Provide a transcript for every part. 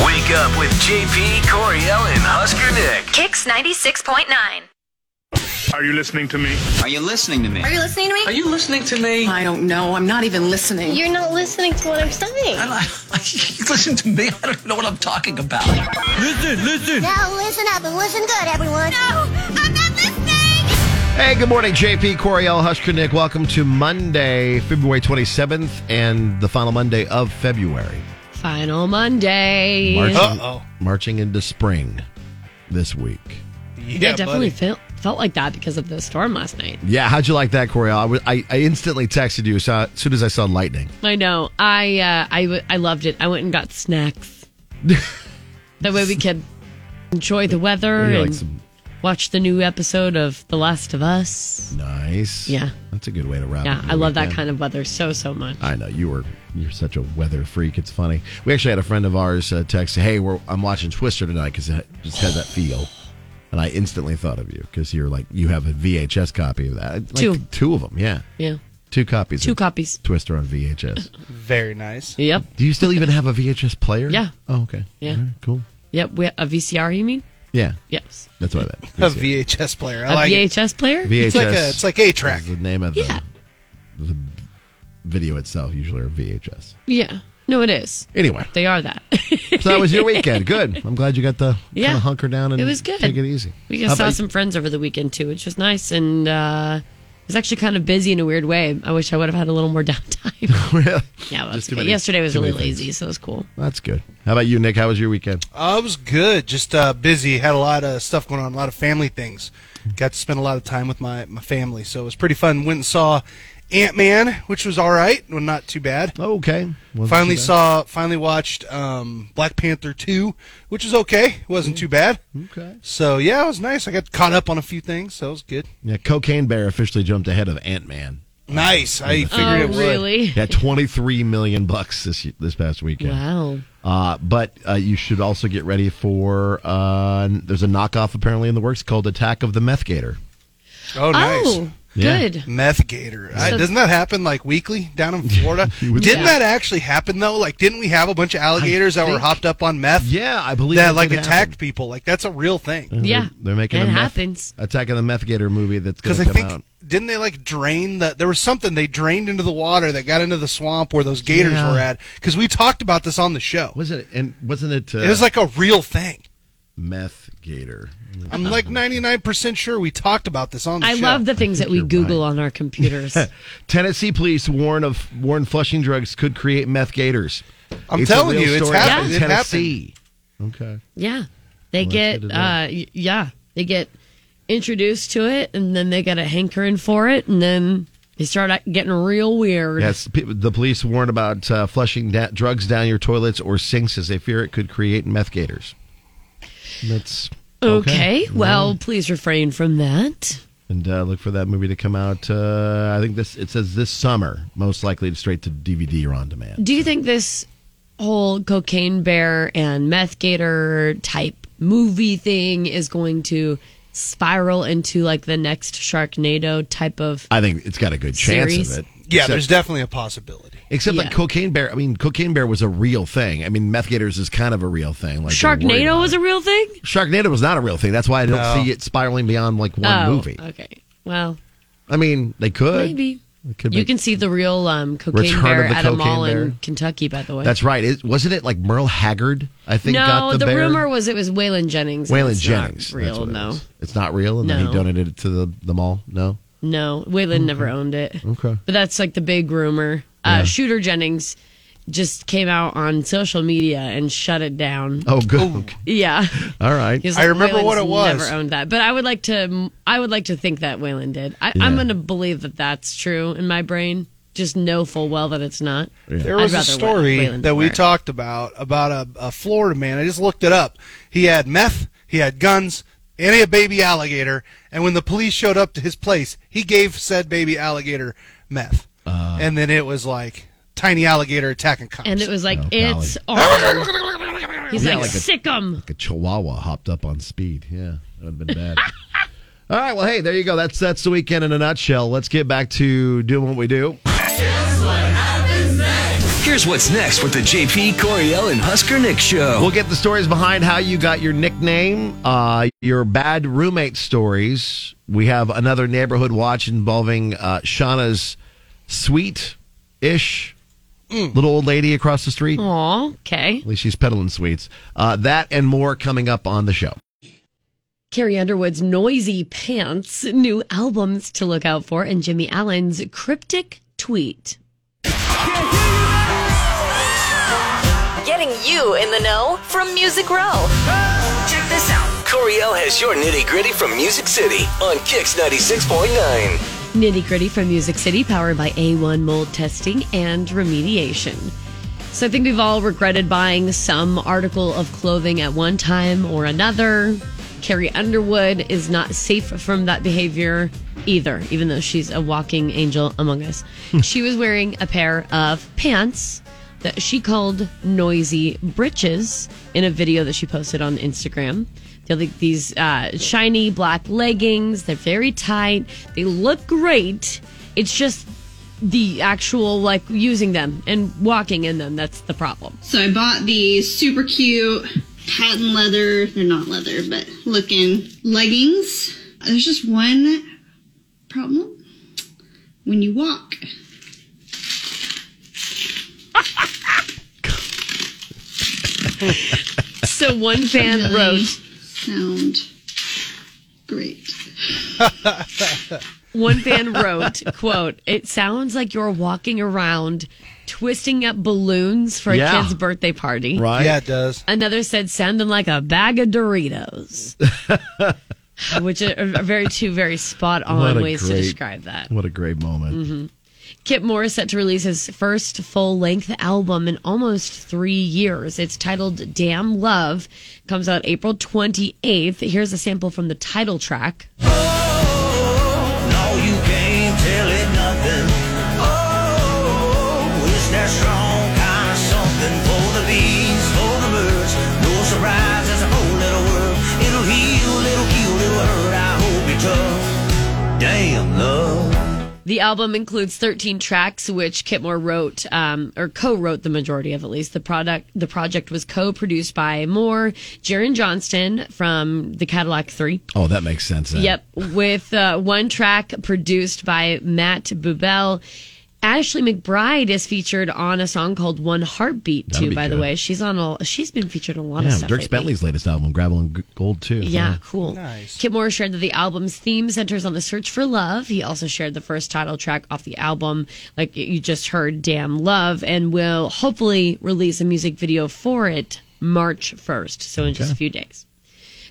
with JP Coriel and Husker Nick. Kicks 96.9. Are you listening to me? Are you listening to me? Are you listening to me? Are you listening to me? I don't know. I'm not even listening. You're not listening to what I'm saying. Listen to me. I don't know what I'm talking about. Now listen up and listen good, everyone. No, I'm not listening. Hey, good morning, JP Coriel Husker Nick. Welcome to Monday, February 27th, and the final Monday of February. Final Monday. Marching, Uh-oh. marching into spring this week. Yeah, it definitely felt felt like that because of the storm last night. Yeah, how'd you like that, Coriel? I, w- I, I instantly texted you so- as soon as I saw lightning. I know. I uh, I w- I loved it. I went and got snacks. that way we could enjoy the weather You and like some- watch the new episode of The Last of Us. nice. Yeah. That's a good way to wrap Yeah, up I your love that weekend. kind of weather so so much. I know you were you're such a weather freak. It's funny. We actually had a friend of ours uh, text, "Hey, we're, I'm watching Twister tonight because it just had that feel," and I instantly thought of you because you're like you have a VHS copy of that. Like, Two. two of them, yeah, yeah, two copies. two of copies. Twister on VHS. Very nice. Yep, Do you still even have a VHS player? Yeah. Oh, okay. Yeah. All right, cool. yep. We, a VCR, you mean? Yeah, Yes, that's what I meant. A VHS player. I a like it. VHS player. VHS. It's like a it's like a track. is the name of Yeah. the, the video itself, usually or VHS. Yeah, no, it is. Anyway, They are that. so that was your weekend. Good. I'm glad you got the Yeah. kind of hunker down and It was good. take it easy. We How just saw about- some friends over the weekend too, which was nice, and uh, it was actually kind of busy in a weird way. I wish I would have had a little more downtime. Really? yeah, well, Just that's too okay. many- yesterday was too really many things. lazy, so it was cool. That's good. How about you, Nick? How was your weekend? I was good. Just uh, busy. Had a lot of stuff going on. A lot of family things. Got to spend a lot of time with my my family, so it was pretty fun. Went and saw Ant Man, which was all right. Well, not too bad. Okay. Wasn't Finally too bad. saw, finally watched um, Black Panther two, which was okay. wasn't too bad. Okay. So yeah, it was nice. I got caught up on a few things, so it was good. Yeah, Cocaine Bear officially jumped ahead of Ant Man. Nice. I figured Oh, it would. really? Yeah, twenty three million bucks this y- this past weekend. Wow. Uh, but uh, you should also get ready for uh, there's a knockoff apparently in the works called Attack of the Meth Gator. Oh, nice. Oh, Yeah. Mm-hmm. good. Meth Gator. I, So- doesn't that happen like weekly down in Florida? would didn't think. that actually happen though? Like, didn't we have a bunch of alligators that were think- hopped up on meth? Yeah, I believe that that like did attacked happen. people. Like, that's a real thing. Yeah, They're, they're making it a meth, happens. Attack of the Meth Gator movie that's going Because to I come out. think didn't they like drain the? There was something they drained into the water that got into the swamp where those gators Yeah. were at. Because we talked about this on the show. Was it and wasn't it? Uh, It was like a real thing. Meth Gator. I'm like 99% sure we talked about this on the I show. love the things that we you're Google right. on our computers. Tennessee police warn of warn flushing drugs could create meth gators. I'm a telling real you, it's story out happened. in It happened. Tennessee. Okay. yeah, they Well, that's get good uh, to know. y- yeah, they get introduced to it, and then they got a hankering for it, and then they start act- getting real weird. Yes, pe- the police warn about uh, flushing da- drugs down your toilets or sinks as they fear it could create meth gators. That's Okay, well, please refrain from that. And uh, look for that movie to come out. Uh, I think this it says this summer, most likely straight to DVD or on demand. Do you think this whole cocaine bear and meth gator type movie thing is going to spiral into like the next Sharknado type of? I think it's got a good chance Series? of it. Yeah, Except- there's definitely a possibility. Except like Yeah. cocaine bear. I mean, cocaine bear was a real thing. I mean, meth gators is kind of a real thing. Like they're worried Sharknado about was it. a real thing. Sharknado was not a real thing. That's why I don't No. see it spiraling beyond like one oh, movie. Okay. Well, I mean, they could. maybe It could you make- can see the real um, cocaine Return bear of the at a Cocaine mall Bear. in Kentucky. By the way, That's right. It, wasn't it like Merle Haggard? I think no. got the, The, bear? rumor was it was Waylon Jennings. and Waylon it's not Jennings. That's Real? what it No. is. It's not real, and then he No. donated it to the, the mall. No. No, Waylon never owned it. Okay. But that's like the big rumor. Uh, Shooter Jennings just came out on social media and shut it down. Oh, good. Okay. Yeah. All right. He was I remember what it was. Never owned that, but I would like to. I would like to think that Waylon did. I, Yeah. I'm going to believe that that's true in my brain. Just know full well that it's not. There I'd was a rather Wa- story Waylon that we wear it. talked about about a, a Florida man. I just looked it up. He had meth, he had guns, and he had a baby alligator. And when the police showed up to his place, he gave said baby alligator meth. and then it was like tiny alligator attacking cops. And it was like Oh, golly. it's ours. He's Yeah, like, like a- sick 'em. like a chihuahua hopped up on speed. Yeah, that would have been bad. All right, well, hey, there you go. That's that's the weekend in a nutshell. Let's get back to doing what we do. Here's what's next with the JP Coriel and Husker Nick show. We'll get the stories behind how you got your nickname, uh, your bad roommate stories. We have another neighborhood watch involving uh, Shauna's sweet ish Mm. little old lady across the street. Aw, okay. At least she's peddling sweets. Uh, that and more coming up on the show. Carrie Underwood's Noisy Pants, new albums to look out for, and Jimmy Allen's cryptic tweet. Getting you in the know from Music Row. Check this out. Coriel has your nitty gritty from Music City on Kix 96.9. Nitty Gritty from Music City, powered by A1 mold testing and remediation. So I think we've all regretted buying some article of clothing at one time or another. Carrie Underwood is not safe from that behavior either, even though she's a walking angel among us. she was wearing a pair of pants that she called noisy britches in a video that she posted on Instagram. They're like these uh, shiny black leggings. They're very tight. They look great. It's just the actual like using them and walking in them that's the problem. So I bought these super cute patent leather, they're not leather, but looking leggings. There's just one problem when you walk. So one fan wrote Sound great. One fan wrote, quote, it sounds like you're walking around twisting up balloons for a Yeah. kid's birthday party. Right? Yeah, it does. Another said sounding like a bag of Doritos. Which are are very two very spot What on a ways to great- describe that. What a great moment. Mm-hmm. Kip Moore is set to release his first full length album in almost three years. It's titled Damn Love. Comes out April 28th. Here's a sample from the title track. No, you can't tell it nothing. Oh, it's that strong kind of something for the bees, for the birds. No surprise, it's a whole little world. It'll heal, it'll kill, it'll hurt. I hope you're tough. Damn, love. The album includes 13 tracks, which Kitmore wrote um, or co-wrote the majority of, at least. The product, the project was co-produced by Moore, Jaron Johnston from the Cadillac Three. Oh, that makes sense. then. Yep, with uh, one track produced by Matt Bubel. Ashley McBride is featured on a song called "One Heartbeat" That'd too. be By good. the way, she's on a she's been featured on a lot of Yeah, stuff. Dirk lately. Bentley's latest album, Gravel and G- Gold, too. Yeah, cool. Nice. Kip Moore shared that the album's theme centers on the search for love. He also shared the first title track off the album, like you just heard, Damn Love, and will hopefully release a music video for it March 1st, so in just a few days.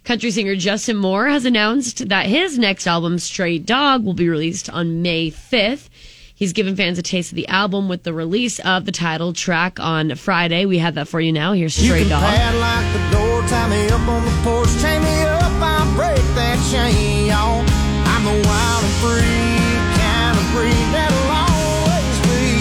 Country singer Justin Moore has announced that his next album, Stray Dog, will be released on May 5th. He's given fans a taste of the album with the release of the title track on Friday. We have that for you now. Here's Stray Dog. Padlock the door, tie me up on the porch, chain me up, I'll break that chain, y'all. I'm the wild and free kind of breed that'll always be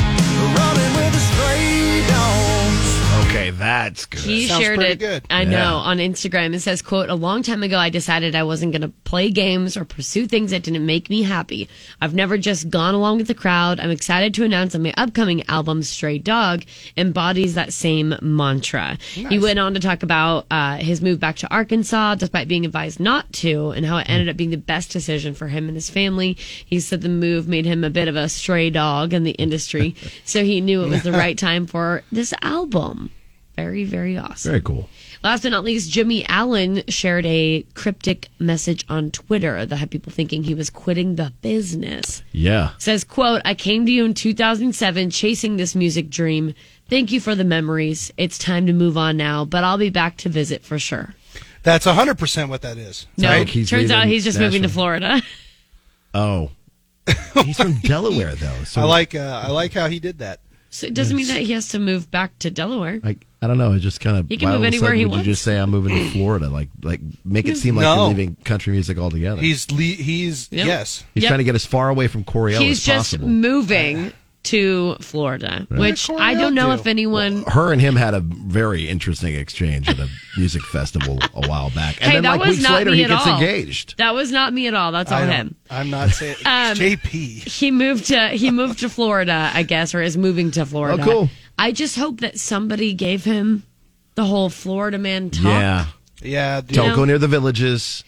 running with the stray dogs. Okay, that's good. He Sounds shared pretty it. good. I Yeah. know on Instagram. It says, "quote A long time ago, I decided I wasn't going to play games or pursue things that didn't make me happy. I've never just gone along with the crowd. I'm excited to announce that my upcoming album, Stray Dog, embodies that same mantra." He went on to talk about uh, his move back to Arkansas, despite being advised not to, and how it ended up being the best decision for him and his family. He said the move made him a bit of a stray dog in the industry, so he knew it was the right time for this album. Very, very awesome. Very cool. Last but not least, Jimmy Allen shared a cryptic message on Twitter that had people thinking he was quitting the business. Yeah. Says, quote, I came to you in 2007 chasing this music dream. Thank you for the memories. It's time to move on now, but I'll be back to visit for sure. That's 100% what that is. No, Like he's turns out leaving he's just moving to Nashville. Florida. Oh. He's from Delaware, though. So I like uh, I like how he did that. So it doesn't mean that he has to move back to Delaware. I, I don't know. It just kind of. He can why move all of a anywhere sudden he would wants. You just say I'm moving to Florida, like like make it seem like No. you're leaving country music altogether. He's le- he's Yep. yes. he's Yep. trying to get as far away from Coriel He's as just possible. moving to Florida, which I don't know if anyone. Her and him had a very interesting exchange at a music festival a while back. And hey, then, that like, was weeks not later, me he at gets all. engaged. That was not me at all. That's all I don't- him. I'm not saying Um, JP. He moved to he moved to Florida, I guess, or is moving to Florida. Oh, cool. I just hope that somebody gave him the whole Florida man talk. Yeah. Yeah. Don't go near the villages.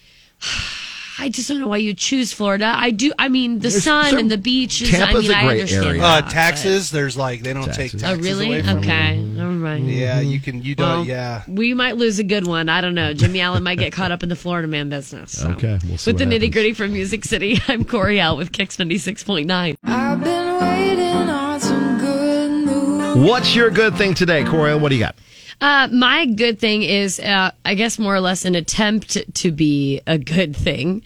I just don't know why you choose Florida. I do. I mean, the There's sun some- and the beaches. I mean, I understand. Uh, that, but- taxes, there's like they don't take Oh, taxes really? away from Okay. you. Never mind. Yeah, you can. You don't. Well, yeah. We might lose a good one. I don't know. Jimmy Allen might get caught up in the Florida man business. so. Okay, we'll see with the what nitty gritty from Music City, I'm Corey out with Kix ninety six point nine. I've been waiting on some good news. What's your good thing today, Corey? What do you got? Uh, my good thing is, uh, I guess, more or less an attempt to be a good thing.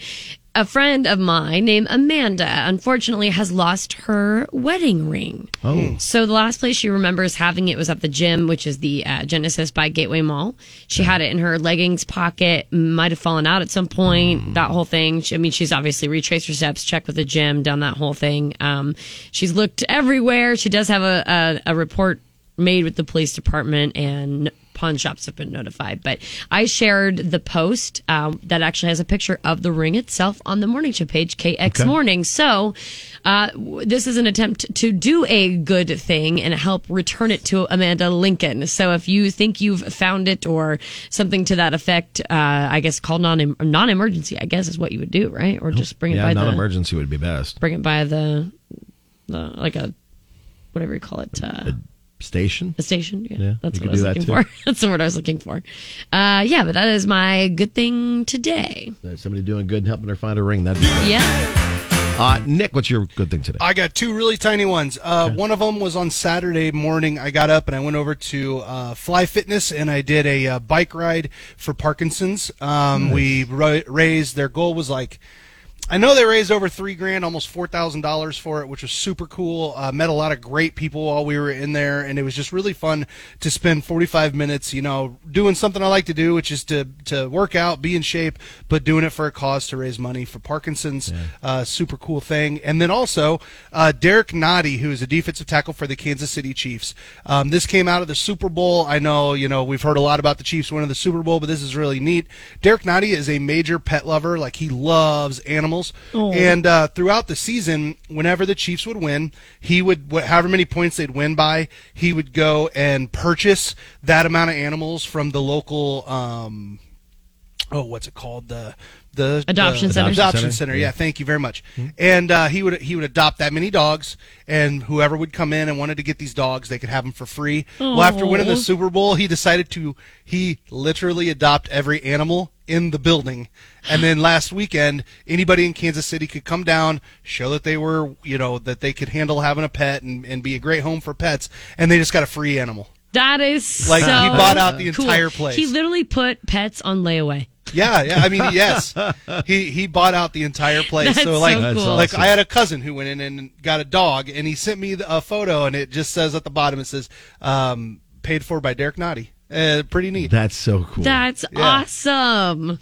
A friend of mine named Amanda, unfortunately, has lost her wedding ring. Oh. So the last place she remembers having it was at the gym, which is the uh, Genesis by Gateway Mall. She had it in her leggings pocket, might have fallen out at some point, that whole thing. She, I mean, she's obviously retraced her steps, checked with the gym, done that whole thing. Um, she's looked everywhere. She does have a, a, a report made with the police department and pawn shops have been notified but i shared the post um, that actually has a picture of the ring itself on the morning show page kx Okay. morning so uh, w- this is an attempt to do a good thing and help return it to amanda lincoln so if you think you've found it or something to that effect uh, i guess call non non-emergency i guess is what you would do right or just bring it yeah, by the non emergency would be best. bring it by the, the like a whatever you call it uh, Station? a station. Yeah, Yeah, that's what I you could was do that looking too. for. that's the word I was looking for. Uh, yeah, but that is my good thing today. There's Somebody doing good and helping her find a ring. That'd be great. Yeah. Uh, Nick, what's your good thing today? I got two really tiny ones. Uh, One of them was on Saturday morning. I got up and I went over to uh, Fly Fitness and I did a uh, bike ride for Parkinson's. Um, Nice. We ra- raised their goal was like. I know they raised over three grand, almost four thousand dollars for it, which was super cool. Uh, met a lot of great people while we were in there, and it was just really fun to spend forty-five minutes, you know, doing something I like to do, which is to to work out, be in shape, but doing it for a cause to raise money for Parkinson's. Uh, super cool thing. And then also uh, Derek Noddy, who is a defensive tackle for the Kansas City Chiefs. Um, this came out of the Super Bowl. I know, you know, we've heard a lot about the Chiefs winning the Super Bowl, but this is really neat. Derek Noddy is a major pet lover. Like, he loves animals. Aw. And uh, throughout the season, whenever the Chiefs would win, he would, wh- however many points they'd win by, he would go and purchase that amount of animals from the local. Um, oh, what's it called? The the Adoption the center. Adoption Adoption center. center, Yeah, yeah. thank you very much. And uh, he would he would adopt that many dogs, and whoever would come in and wanted to get these dogs, they could have them for free. Well, after winning the Aw. Super Bowl, he decided to he literally adopt every animal in the building. And then last weekend, anybody in Kansas City could come down, show that they were, you know, that they could handle having a pet and, and be a great home for pets, and they just got a free animal. That is Like, so he bought out the cool. entire place. He literally put pets on layaway. Yeah, yeah. I mean, yes, he he bought out the entire place. That's so like, so That's cool. like awesome. I had a cousin who went in and got a dog, and he sent me the- a photo, and it just says at the bottom, it says, um, "Paid for by Derek Noddy." Uh, pretty neat. That's so cool. That's awesome.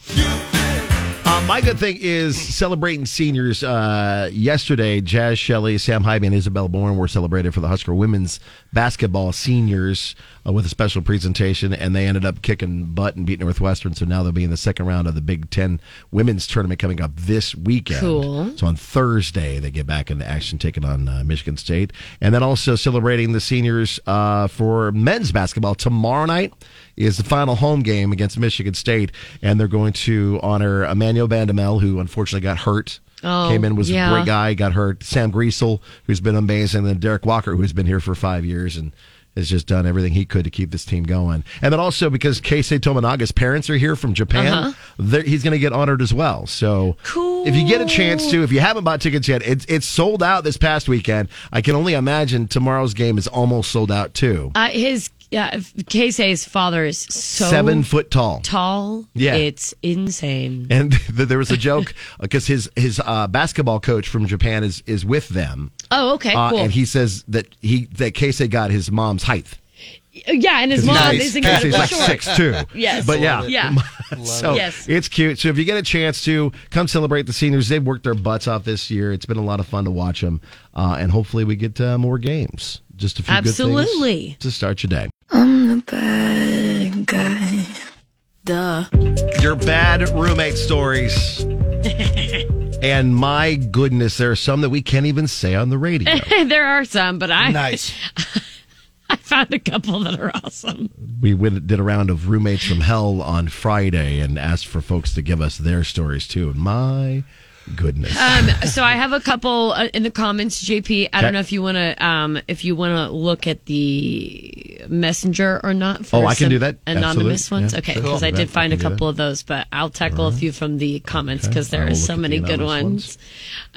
Uh, my good thing is celebrating seniors. Uh, yesterday, Jazz Shelley, Sam Hybe, and Isabel Bourne were celebrated for the Husker women's basketball seniors uh, with a special presentation, and they ended up kicking butt and beating Northwestern. So now they'll be in the second round of the Big Ten women's tournament coming up this weekend. Cool. So on Thursday, they get back into action, taking on uh, Michigan State. And then also celebrating the seniors uh, for men's basketball. Tomorrow night is the final home game against Michigan State, and they're going to honor Emmanuel Bandamel, who unfortunately got hurt. Oh, Came in, was yeah. a great guy, got hurt. Sam Greasel, who's been amazing, and then Derek Walker, who's been here for five years and has just done everything he could to keep this team going. And then also because Keisei Tomonaga's parents are here from Japan, Uh-huh. they're he's going to get honored as well. So if you get a chance to, if you haven't bought tickets yet, it's it's sold out this past weekend. I can only imagine tomorrow's game is almost sold out too. Uh, his yeah, Casey's father is so Seven foot tall. Tall. Yeah. it's insane. And th- there was a joke because his his uh, basketball coach from Japan is is with them. Oh, okay, Uh, cool. And he says that he that Casey got his mom's height. yeah, and his 'Cause he's mom nice. is incredibly Casey's like short. six two. Yes, but yeah, yeah. so Yes. it's cute. So if you get a chance to come celebrate the seniors, they've worked their butts off this year. It's been a lot of fun to watch them, uh, and hopefully we get uh, more games. Just a few good Absolutely. things to start your day. I'm the bad guy. Duh. Your bad roommate stories. and my goodness, there are some that we can't even say on the radio. there are some, but I Nice. I found a couple that are awesome. We went, did a round of roommates from hell on Friday and asked for folks to give us their stories too. And my goodness, Um, so I have a couple uh, in the comments, JP. I Okay. don't know if you want to um, if you want to look at the messenger or not. For Oh, I can some do that. Anonymous Absolutely. ones, Yeah, okay? sure. Because I Do that. did find We a can do couple of those, but I'll tackle a few from the comments because I there will are look so at many the good anonymous ones.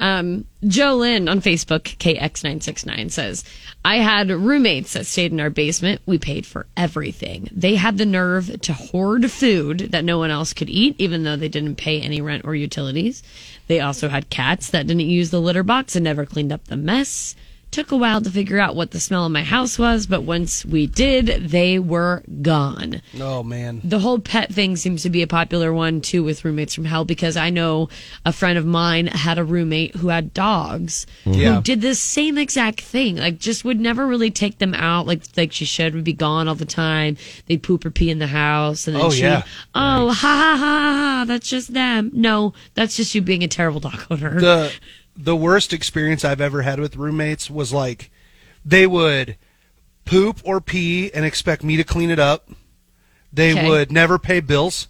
ones. Um, Joe Lynn on Facebook, KX969, says, I had roommates that stayed in our basement. We paid for everything. They had the nerve to hoard food that no one else could eat, even though they didn't pay any rent or utilities. They also had cats that didn't use the litter box and never cleaned up the mess. Took a while to figure out what the smell in my house was, but once we did, they were gone. Oh man. The whole pet thing seems to be a popular one too with roommates from hell because I know a friend of mine had a roommate who had dogs Yeah. who did the same exact thing. Like just would never really take them out like like she should, would be gone all the time. They'd poop or pee in the house and then Oh, she yeah. Oh ha ha ha ha ha, that's just them. No, that's just you being a terrible dog owner. the the worst experience I've ever had with roommates was like they would poop or pee and expect me to clean it up. They Okay. would never pay bills.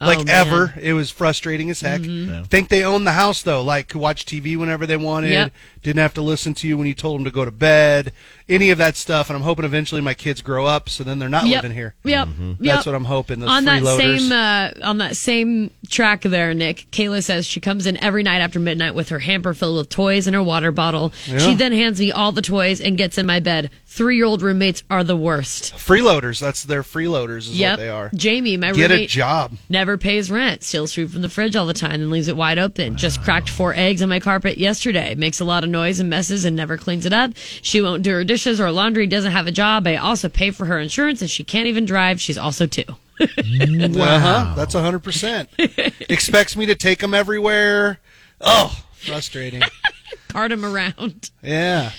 Oh, Like man. ever. It was frustrating as heck. Mm-hmm. Mhm. Yeah. Think they owned the house though, like could watch TV whenever they wanted, Yep. didn't have to listen to you when you told them to go to bed, any of that stuff. And I'm hoping eventually my kids grow up so then they're not Yep. living here. Yep. That's Yep. what I'm hoping. Those on that freeloaders. same uh, on that same track there, Nick. Kayla says she comes in every night after midnight with her hamper filled with toys and her water bottle. Yeah. She then hands me all the toys and gets in my bed. Three year old roommates are the worst. freeloaders, that's their freeloaders is yep, what they are. Jamie, my Get a roommate, job. never pays rent, steals food from the fridge all the time, and leaves it wide open. Just cracked four eggs on my carpet yesterday. Makes a lot of noise and messes and never cleans it up. She won't do her dishes or laundry. Doesn't have a job. I also pay for her insurance, and she can't even drive. She's also two. Uh-huh. That's 100%. Expects me to take them everywhere. Oh, frustrating. Cart him around. Yeah.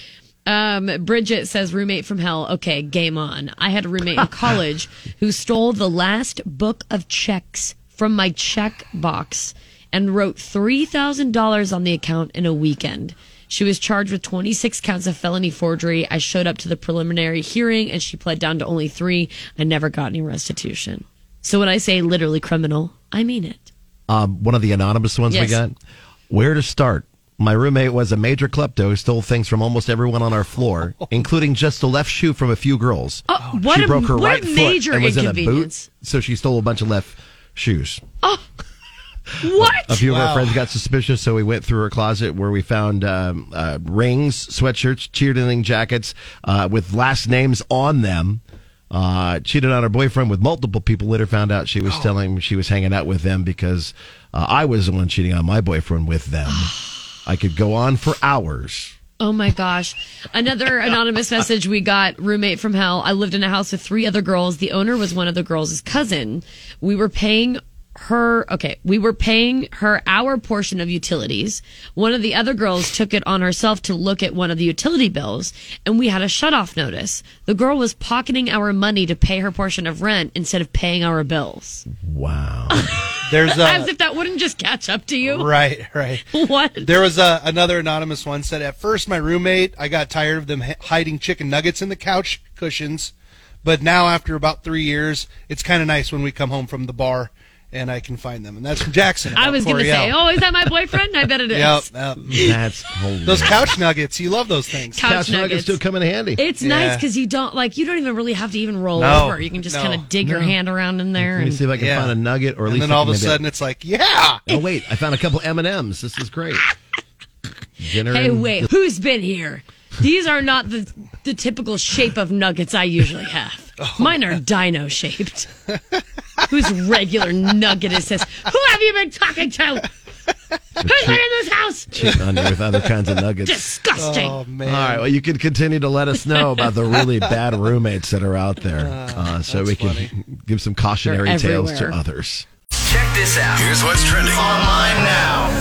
Um, Bridget says, roommate from hell. Okay, game on. I had a roommate in college who stole the last book of checks from my check box and wrote $3,000 on the account in a weekend. She was charged with 26 counts of felony forgery. I showed up to the preliminary hearing and she pled down to only three. I never got any restitution. So when I say literally criminal, I mean it. um, one of the anonymous ones we Yes. got. Where to start? My roommate was a major klepto who stole things from almost everyone on our floor, including just the left shoe from a few girls. Oh, what she a- broke her what a right major foot and was in a boot, inconvenience. so she stole a bunch of left shoes. What? A few of our friends got suspicious, so we went through her closet where we found um, uh, rings, sweatshirts, cheerleading jackets uh, with last names on them. Uh, cheated on her boyfriend with multiple people. Later, found out she was Oh. telling she was hanging out with them because uh, I was the one cheating on my boyfriend with them. I could go on for hours. Oh my gosh. Another anonymous message we got roommate from hell. I lived in a house with three other girls. The owner was one of the girls' cousin. We were paying her, okay, we were paying her our portion of utilities. One of the other girls took it on herself to look at one of the utility bills, and we had a shut off notice. The girl was pocketing our money to pay her portion of rent instead of paying our bills. Wow. There's a. As if that wouldn't just catch up to you. Right, right. What? There was a, another anonymous one said, At first, my roommate, I got tired of them h- hiding chicken nuggets in the couch cushions. But now, after about three years, it's kind of nice when we come home from the bar and I can find them. And that's from Jackson. I was going to say, Coryell. oh, is that my boyfriend? I bet it is. Yep, yep. That's hilarious. Those couch nuggets, you love those things. Couch Couch nuggets nuggets. do come in handy. It's nice because you don't like you don't even really have to even roll No, over. You can just no. kind of dig your No. hand around in there. Let me And see if I can Yeah. find a nugget, or at And least then I all can of a maybe- sudden it's like, yeah. Oh wait, I found a couple M and M's. This is great. Dinner. hey, and- wait, who's been here? These are not the the typical shape of nuggets I usually have. Oh, Mine are dino shaped. Whose regular nugget is this? Who have you been talking to? Who's been in this house? cheating on you with other kinds of nuggets. Disgusting. Oh, All right. Well, you can continue to let us know about the really bad roommates that are out there, uh, so we uh, can give some cautionary They're tales to everywhere. others. Check this out. Here's what's trending online now.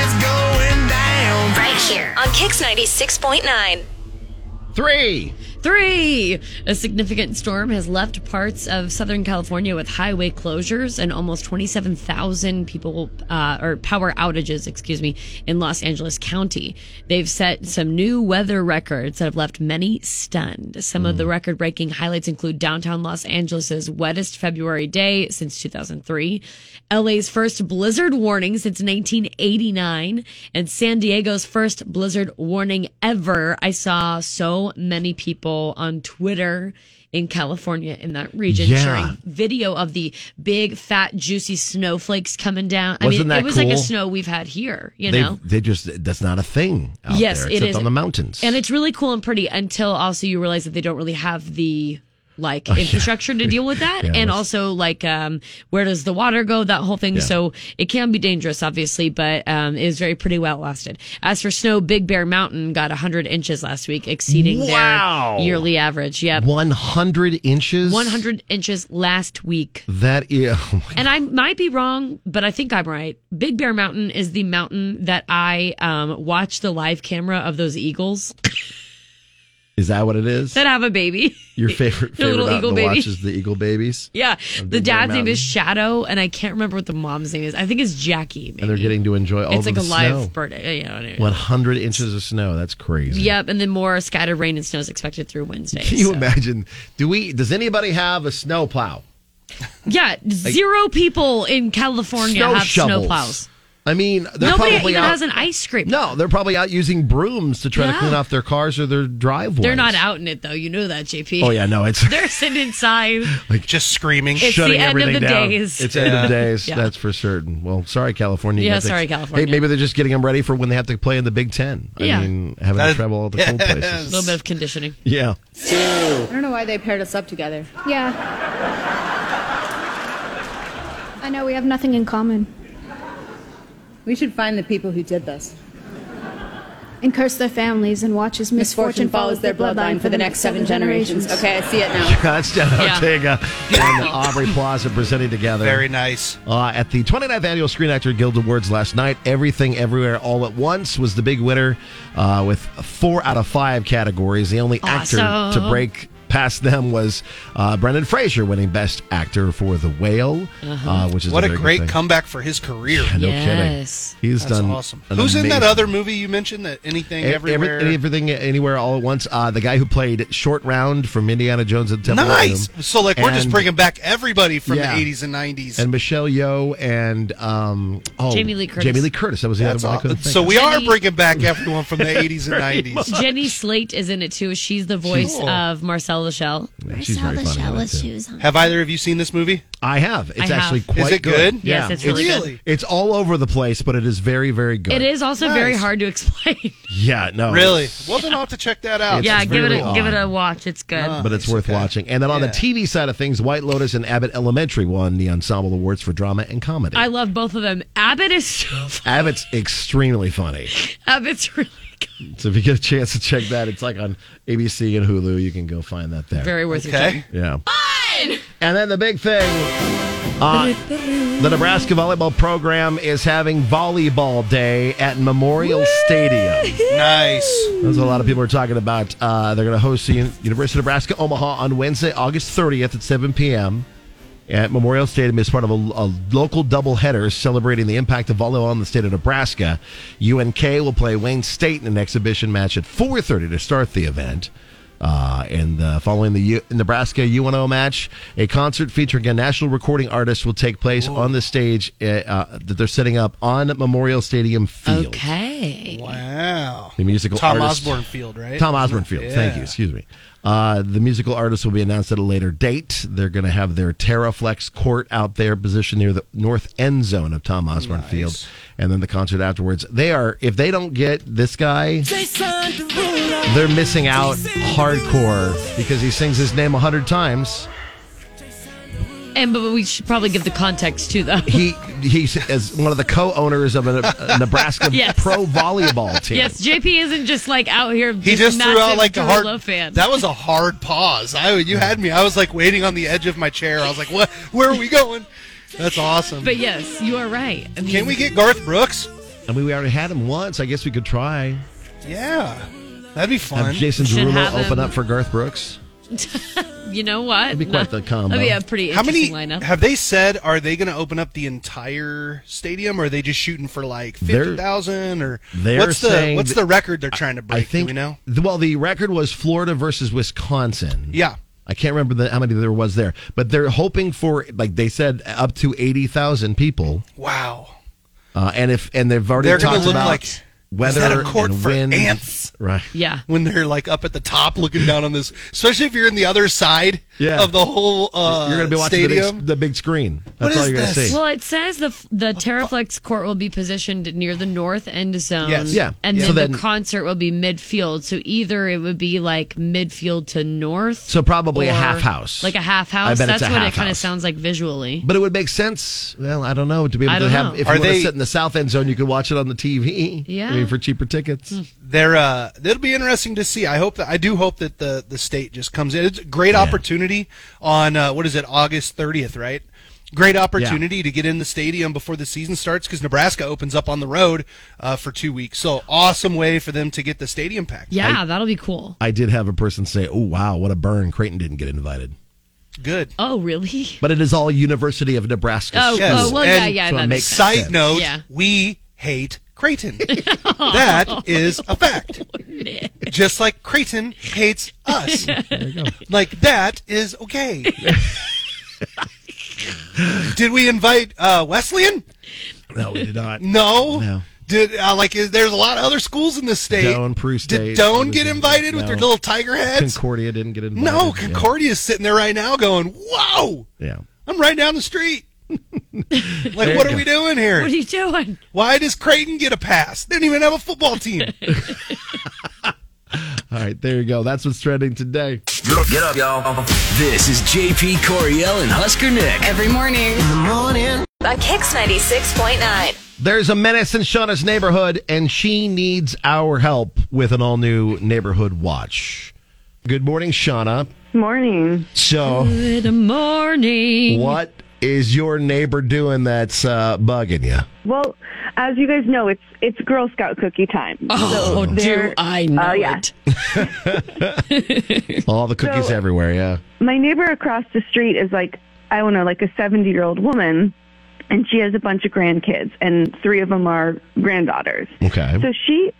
It's going down. Right here on Kix 96.9. Three. Three. A significant storm has left parts of Southern California with highway closures and almost 27,000 people uh, or power outages, excuse me, in Los Angeles County. They've set some new weather records that have left many stunned. Some of the record breaking highlights include downtown Los Angeles' wettest February day since 2003, LA's first blizzard warning since 1989, and San Diego's first blizzard warning ever. I saw so many people on Twitter in California in that region Yeah. sharing video of the big fat juicy snowflakes coming down. I Wasn't mean, that it was like a cool? snow we've had here, you they, know. they just that's not a thing. Out yes, there, it except is on the mountains. and it's really cool and pretty until also you realize that they don't really have the like Oh, yeah. infrastructure to deal with that, Yeah, and that's- also like um, where does the water go? That whole thing. Yeah. So it can be dangerous, obviously, but um, it was very pretty well lasted. As for snow, Big Bear Mountain got 100 inches last week, exceeding Wow. their yearly average. Yep, One hundred inches. 100 inches last week. That is. And I might be wrong, but I think I'm right. Big Bear Mountain is the mountain that I um, watched the live camera of those eagles Is that what it is? that have a baby. Your favorite Your favorite little mountain eagle to baby. watch is the eagle babies. Yeah, Of the Big Bear dad's name Mountain. is Shadow, and I can't remember what the mom's name is. I think it's Jackie. and they're getting to enjoy all it's of like a the snow. live bird. You know, anyway. One hundred inches of snow. That's crazy. Yep, and then more scattered rain and snow is expected through Wednesday. Can you so. imagine? Do we? Does anybody have a snow plow? Yeah, zero people in California Snow have shovels. snow plows. I mean, they're Nobody probably even out, has an ice scraper. No, they're probably out using brooms to try to Yeah. clean off their cars or their driveways. They're not out in it though. You know that, JP. Oh yeah, no, it's they're sitting inside. like just screaming, It's the shutting end of everything the down. days. It's end Yeah. of days. Yeah. That's for certain. Well, sorry, California. you Yeah, got things- sorry, California. Hey, maybe they're just getting them ready for when they have to play in the Big Ten. I Yeah. mean, having to travel all the cold A places. little bit of conditioning. Yeah. I don't know why they paired us up together. Yeah. I know we have nothing in common. We should find the people who did this. And curse their families and watch as misfortune, follows their bloodline for the next seven generations. Okay, I see it now. That's Jenna Yeah. Ortega and Aubrey Plaza presenting together. Very nice. Uh, at the 29th Annual Screen Actor Guild Awards last night, Everything Everywhere All at Once was the big winner uh, with four out of five categories. The only actor Awesome. to break past them was uh, Brendan Fraser winning Best Actor for The Whale, Uh-huh. uh, which is what a, a very good great thing. comeback for his career. Yeah, no kidding. He's That's done awesome. an Who's in that amazing- other movie you mentioned? That anything Ev- every- everywhere. everything, anywhere, all at once. Uh, the guy who played Short Round from Indiana Jones and the Temple nice. Room. So like we're just And- bringing back everybody from Yeah. the 80s and 90s. and Michelle Yeoh and um, oh, Jamie Lee Curtis. Jamie Lee Curtis. That was the That's other one. I aw- couldn't think so of. we are bringing back everyone from the 80s and Very 90s. much. Jenny Slate is in it too. She's the voice Cool. of Marcel Lachelle. She's very funny. I like her. Have either of you seen this movie? I have. It's I have. actually Is quite it good? Yes, Yeah, it's really good. Really? It's all over the place, but it is very, very good. It is also very Nice. hard to explain. Yeah, no, Really? it's- Well, then I'll have to check that out. yeah, give it a, really give it odd. a watch. It's good. Ah. but it's worth watching. And then on the TV side of things, White Lotus and Abbott Elementary won the Ensemble Awards for drama and comedy. I love both of them. Abbott is so Abbott's extremely funny. Abbott's really So if you get a chance to check that, it's like on ABC and Hulu. You can go find that there. Very worth your it. Okay. Yeah. And then the big thing uh, the Nebraska volleyball program is having volleyball day at Memorial Stadium. Nice. That's what a lot of people are talking about. Uh, they're going to host the Un- University of Nebraska Omaha on Wednesday, August 30th at 7 p.m. at Memorial Stadium as part of a, a local doubleheader celebrating the impact of volleyball on the state of Nebraska. UNK will play Wayne State in an exhibition match at 4:30 to start the event. Uh, and uh, following the U- Nebraska UNO match, a concert featuring a national recording artist will take place on the stage uh, uh, that they're setting up on Memorial Stadium Field. Okay. Wow. The musical Tom artist- Osborne Field, right? Tom Osborne Field. Thank you. Yeah. Excuse me. Uh, the musical artist will be announced at a later date. They're going to have their Terraflex court out there, positioned near the north end zone of Tom Osborne Field, and then the concert afterwards. They are if they don't get this guy, they're missing out hardcore because he sings his name a hundred times. And but we should probably give the context too, though. He he's as one of the co-owners of a, a Nebraska Yes. pro volleyball team. Yes, JP isn't just like out here. He just threw out like a a hard. fan. That was a hard pause. I you had me. I was like waiting on the edge of my chair. I was like, what? Where are we going? That's awesome. But yes, you are right. I mean- Can we get Garth Brooks? I mean, we already had him once. I guess we could try. Yeah, that'd be fun. Have Jason Should have Derulo open him. up for Garth Brooks. you know what? That'd be quite the combo. That'd be a pretty How many interesting lineup. have they said? Are they going to open up the entire stadium? Or are they just shooting for like They're- fifty thousand? Or They're what's the saying what's that- the record they're trying to break? I think. Do we know? th- Well, the record was Florida versus Wisconsin. Yeah. I can't remember the, how many there was there, but they're hoping for like they said up to eighty thousand people. Wow. Uh, and if and they've already They're gonna talked look about like, weather is that a court and for wind. ants? Right. Yeah. When they're like up at the top looking down on this, especially if you're in the other side Yeah. of the whole uh, you're going to be watching the big, stadium. s- the big screen. That's What all is you're going to this? see. Well, it says the the Terraflex court will be positioned near the north end zone. Yes. Yeah. And Yeah. then So the then- concert will be midfield. So either it would be like midfield to north. So probably a or half house. Like a half house. I bet That's it's a what half it kind of house. sounds like visually. But it would make sense. Well, I don't know to be I able to don't have know. if Are you want they- to sit in the south end zone, you could watch it on the TV. Yeah. Hmm. I mean, for cheaper tickets. They're uh, it'll be interesting to see. I hope that I do hope that the the state just comes in. It's a great opportunity on uh, what is it, August thirtieth, right? Great opportunity to get in the stadium before the season starts because Nebraska opens up on the road uh, for two weeks. So awesome way for them to get the stadium packed. Yeah, that'll be cool. I did have a person say, "Oh wow, what a burn! Creighton didn't get invited." Good. Oh, really? But it is all University of Nebraska. Oh, schools. oh, well, yeah, yeah, So it that makes makes Side sense. note: Yeah. Oh, We hate Creighton. that is a fact. Just like Creighton hates us. like that is okay. Did we invite uh, Wesleyan? No, we did not. No. No. Did uh, like is, there's a lot of other schools in the state. Doan, Prue State. Did Doan was get invited with their no. little tiger heads? Concordia didn't get invited. no, Yeah. Concordia's sitting there right now going, "Whoa, Yeah. I'm right down the street." like, There what you are go. we doing here? What are you doing? Why does Creighton get a pass? They don't even have a football team. All right, there you go. That's what's trending today. Get up, y'all. This is JP Coriel and Husker Nick. Every morning. In the morning. On Kix 96.9. There's a menace in Shauna's neighborhood, and she needs our help with an all new neighborhood watch. Good morning, Shauna. Morning. So, Good morning. what is your neighbor doing that's uh, bugging you? Well, as you guys know, it's it's Girl Scout cookie time. Oh, do they're- I know Oh, yeah. it? All the cookies So- everywhere, yeah. My neighbor across the street is like I don't know, like a seventy year old woman, and she has a bunch of grandkids, and three of them are granddaughters. Okay. So she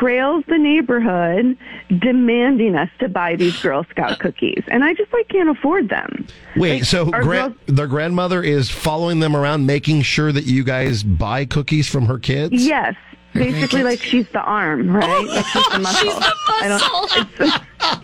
trails the neighborhood demanding us to buy these Girl Scout cookies, and I just like can't afford them. Wait, so our gran- their grandmother is following them around, making sure that you guys buy cookies from her kids? Yes. Basically, like she's the arm, right? Like she's the muscle. She's the I don't- muscle.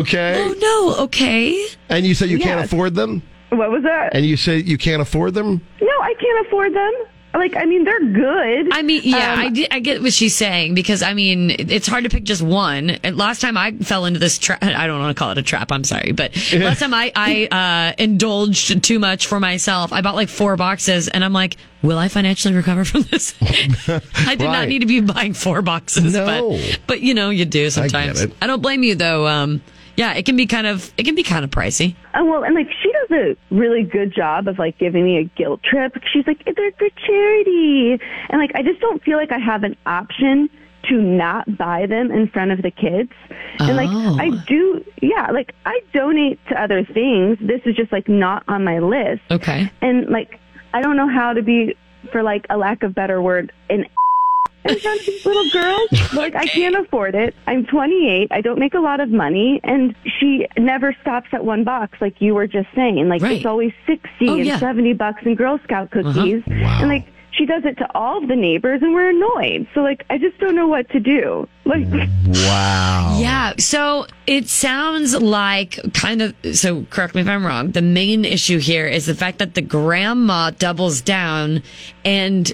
Okay. Oh, no. Okay. And you say you can't Yes. afford them? What was that? And you say you can't afford them? No, I can't afford them. Like, I mean, they're good. I mean, yeah, Um, I, di- I get what she's saying because I mean, it- it's hard to pick just one. And last time I fell into this trap, I don't want to call it a trap. I'm sorry, but last time I I uh, indulged too much for myself. I bought like four boxes, and I'm like, will I financially recover from this? I did Right. not need to be buying four boxes, No. but but you know, you do sometimes. it. I don't blame you though. Um, yeah, it can be kind of it can be kind of pricey. uh, well, and like, she does a really good job of like giving me a guilt trip. She's like, they're for charity. And like, I just don't feel like I have an option to not buy them in front of the kids. And like, Oh. I do, yeah, like, I donate to other things. This is just like not on my list. Okay. And like, I don't know how to be, for like a lack of better word, an in front of these little girls. Like, I can't afford it. I'm 28. I don't make a lot of money. And she never stops at one box, like you were just saying. Like, Right. it's always 60 Oh, and yeah. Uh-huh. 70 bucks in Girl Scout cookies. Wow. And, like, she does it to all of the neighbors, and we're annoyed. So, like, I just don't know what to do. Like, Mm. Wow. Yeah. So it sounds like kind of, so correct me if I'm wrong. The main issue here is the fact that the grandma doubles down and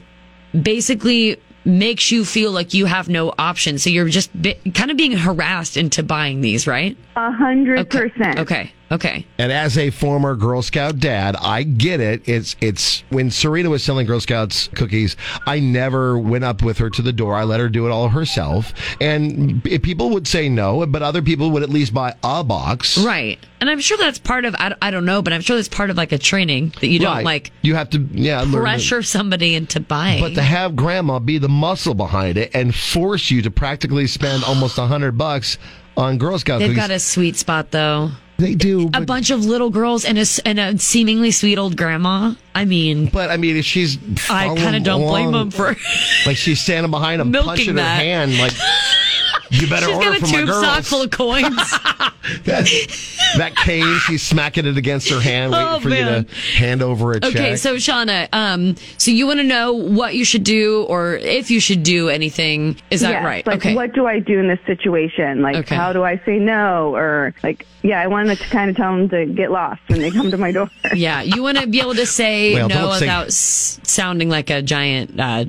basically makes you feel like you have no option. So you're just bi- kind of being harassed into buying these, right? a hundred Okay. percent. Okay. Okay. And as a former Girl Scout dad, I get it. It's it's when Serena was selling Girl Scouts cookies, I never went up with her to the door. I let her do it all herself. And if people would say no, but other people would at least buy a box. Right. And I'm sure that's part of I, I don't know, but I'm sure that's part of like a training that you don't Right. like You have to yeah learn it. pressure somebody into buying. But to have grandma be the muscle behind it and force you to practically spend almost a hundred bucks on Girl Scout They've cookies. got a sweet spot though. They do. A bunch of little girls and a, s- and a seemingly sweet old grandma. I mean, but I mean, if she's I kind following of don't blame along- them for. like she's standing behind him, Milking punching that. her hand, like you better She's order got a from my tube girls. sock full of coins. That, that cane, she's smacking it against her hand, waiting Oh, for you man. to hand over a check. Okay, so Shauna, um, so you want to know what you should do or if you should do anything. Is that Yes, right? Like, okay. what do I do in this situation? Like, how do I say no? Or, like, yeah, I wanted to kind of tell them to get lost when they come to my door. Yeah, you want to be able to say Well, no don't say- without s- sounding like a giant, uh,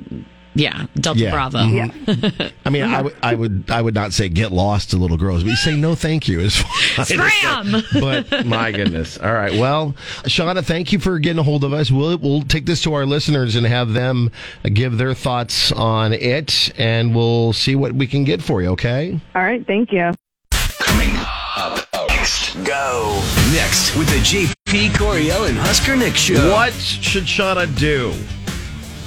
yeah, Delta Yeah, Bravo. Mm-hmm. mhm. I mean, I would, I would, I would not say get lost to little girls, but you say no, thank you. Is fine. Scram! But my goodness, all right. Well, Shauna, thank you for getting a hold of us. We'll we'll take this to our listeners and have them give their thoughts on it, and we'll see what we can get for you. Okay. All right, thank you. Up next. Go. Next with the JP Coriel and Husker Nick show. What should Shauna do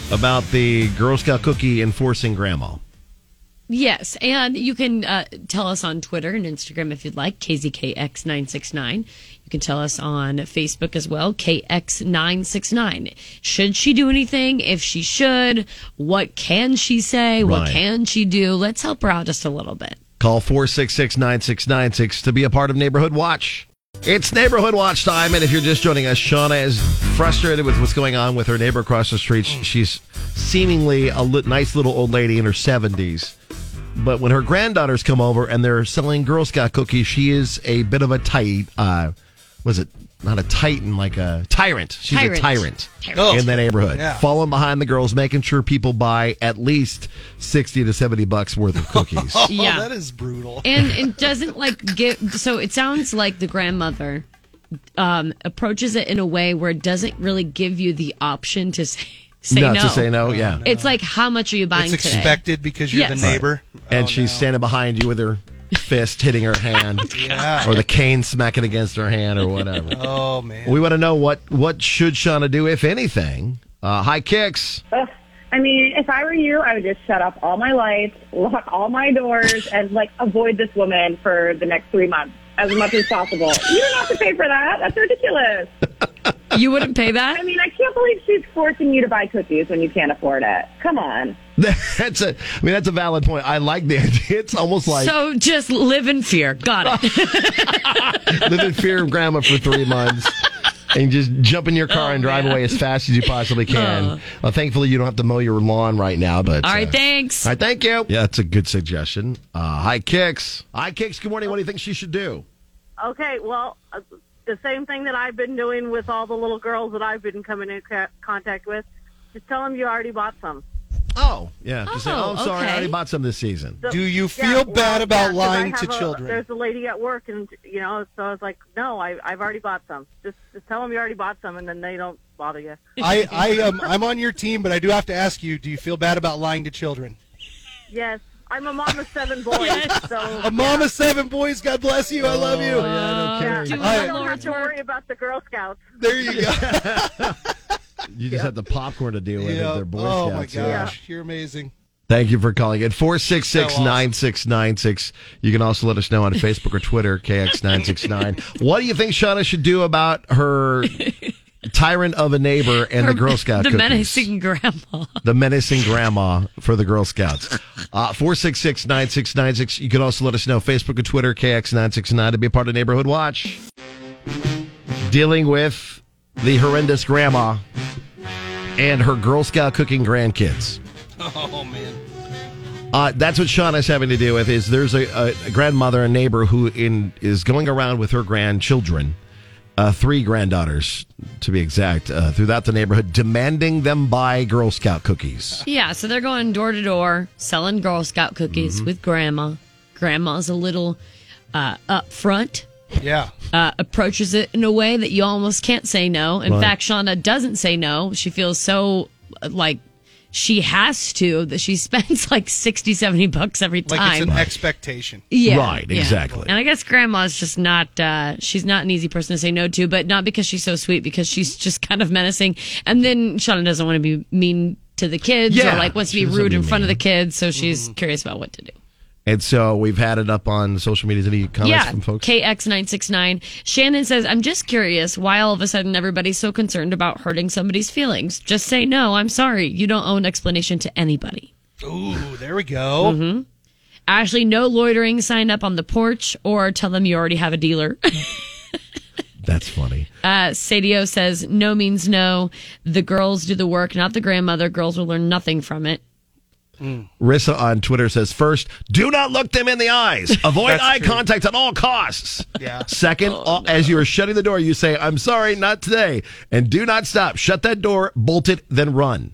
about the Girl Scout cookie enforcing grandma? Yes, and you can uh, tell us on Twitter and Instagram if you'd like, KZKX969. You can tell us on Facebook as well, KX969. Should she do anything? If she should, what can she say? What Right. can she do? Let's help her out just a little bit. Call 466 9696 to be a part of Neighborhood Watch. It's Neighborhood Watch time, and if you're just joining us, Shauna is frustrated with what's going on with her neighbor across the street. She's seemingly a li- nice little old lady in her 70s. But when her granddaughters come over and they're selling Girl Scout cookies, she is a bit of a tight, uh, was it not a titan, like a tyrant? She's a Tyrant. tyrant Tyrant. Oh. in the neighborhood, Yeah. following behind the girls, making sure people buy at least 60 to 70 bucks worth of cookies. Oh, Yeah. that is brutal. and it doesn't like get so it sounds like the grandmother um approaches it in a way where it doesn't really give you the option to say, say Not no to say no, yeah. it's like how much are you buying it's today? expected because you're Yes. the neighbor. and she's standing behind you with her fist hitting her hand Yeah. or the cane smacking against her hand or whatever. Oh man. We want to know what what should Shauna do if anything. Uh, high kicks. Ugh. I mean, if I were you, I would just shut up all my lights, lock all my doors, and like avoid this woman for the next three months as much as possible. You don't have to pay for that. That's ridiculous. You wouldn't pay that? I mean, I can't believe she's forcing you to buy cookies when you can't afford it. Come on. That's a. I mean, that's a valid point. I like the idea. It's almost like so just live in fear got it live in fear of grandma for three months. And just jump in your car and drive away as fast as you possibly can. Oh. Uh, thankfully, you don't have to mow your lawn right now. But all uh, right thanks All right, thank you. Yeah, that's a good suggestion. Uh, high kicks. High kicks. Good morning. What do you think she should do? Okay, well, uh, the same thing that I've been doing with all the little girls that I've been coming in ca- contact with. Just tell them you already bought some. Oh, yeah. Just say, oh, I'm sorry. I okay. already bought some this season. So- Do you Yeah, feel well, bad about yeah, 'cause I lying to have a- children? There's a lady at work, and you know, so I was like, no, I, I've already bought some. Just, just tell them you already bought some, and then they don't bother you. I, I um, I'm on your team, but I do have to ask you: Do you feel bad about lying to children? yes, I'm a mom of seven boys, so Oh A mom of seven boys. God bless you. I love you. yeah, I don't have to worry about the Girl Scouts. There you go. You just have the popcorn to deal with if Yeah. they're Boy Oh my Scouts, yeah. gosh, you're amazing. Thank you for calling it. 466 9696. You can also let us know on Facebook or Twitter, KX969. what do you think Shauna should do about her tyrant of a neighbor and the Girl Scout the cookies? menacing grandma the menacing grandma for the Girl Scouts. Uh, 466-9696. You can also let us know Facebook or Twitter, KX969 to be a part of Neighborhood Watch. Dealing with the horrendous grandma and her Girl Scout cooking grandkids. Oh man. Uh, that's what Shauna's having to deal with. Is there's a, a, a grandmother, a neighbor who in is going around with her grandchildren, uh, three granddaughters to be exact, uh, throughout the neighborhood, demanding them buy Girl Scout cookies. yeah so they're going door to door Mm-hmm. selling girl scout cookies with grandma grandma's a little uh up front Yeah. uh, approaches it in a way that you almost can't say no. In Right. fact, Shauna doesn't say no. She feels so uh, like she has to that she spends like 60, 70 bucks every time. Like it's an expectation. Yeah. yeah. And I guess grandma's just not, uh, she's not an easy person to say no to, but not because she's so sweet, because she's just kind of menacing. And then Shauna doesn't want to be mean to the kids Yeah, or like wants to she be doesn't rude be Mm-hmm. in front of the kids. So she's curious about what to do. And so we've had it up on social media. Any comments yeah, from folks? KX969. Shannon says, I'm just curious why all of a sudden everybody's so concerned about hurting somebody's feelings. Just say no, I'm sorry. You don't owe an explanation to anybody. Ooh, there we go. hmm Ashley, no loitering, sign up on the porch or tell them you already have a dealer. That's funny. Uh, Sadio says, no means no. The girls do the work, not the grandmother. Girls will learn nothing from it. Rissa on Twitter says first, do not look them in the eyes. Avoid That's eye true. contact at all costs. Yeah. Second, Oh, all- as you are shutting the door, you say, I'm sorry, not today. And do not stop. Shut that door, bolt it, then run.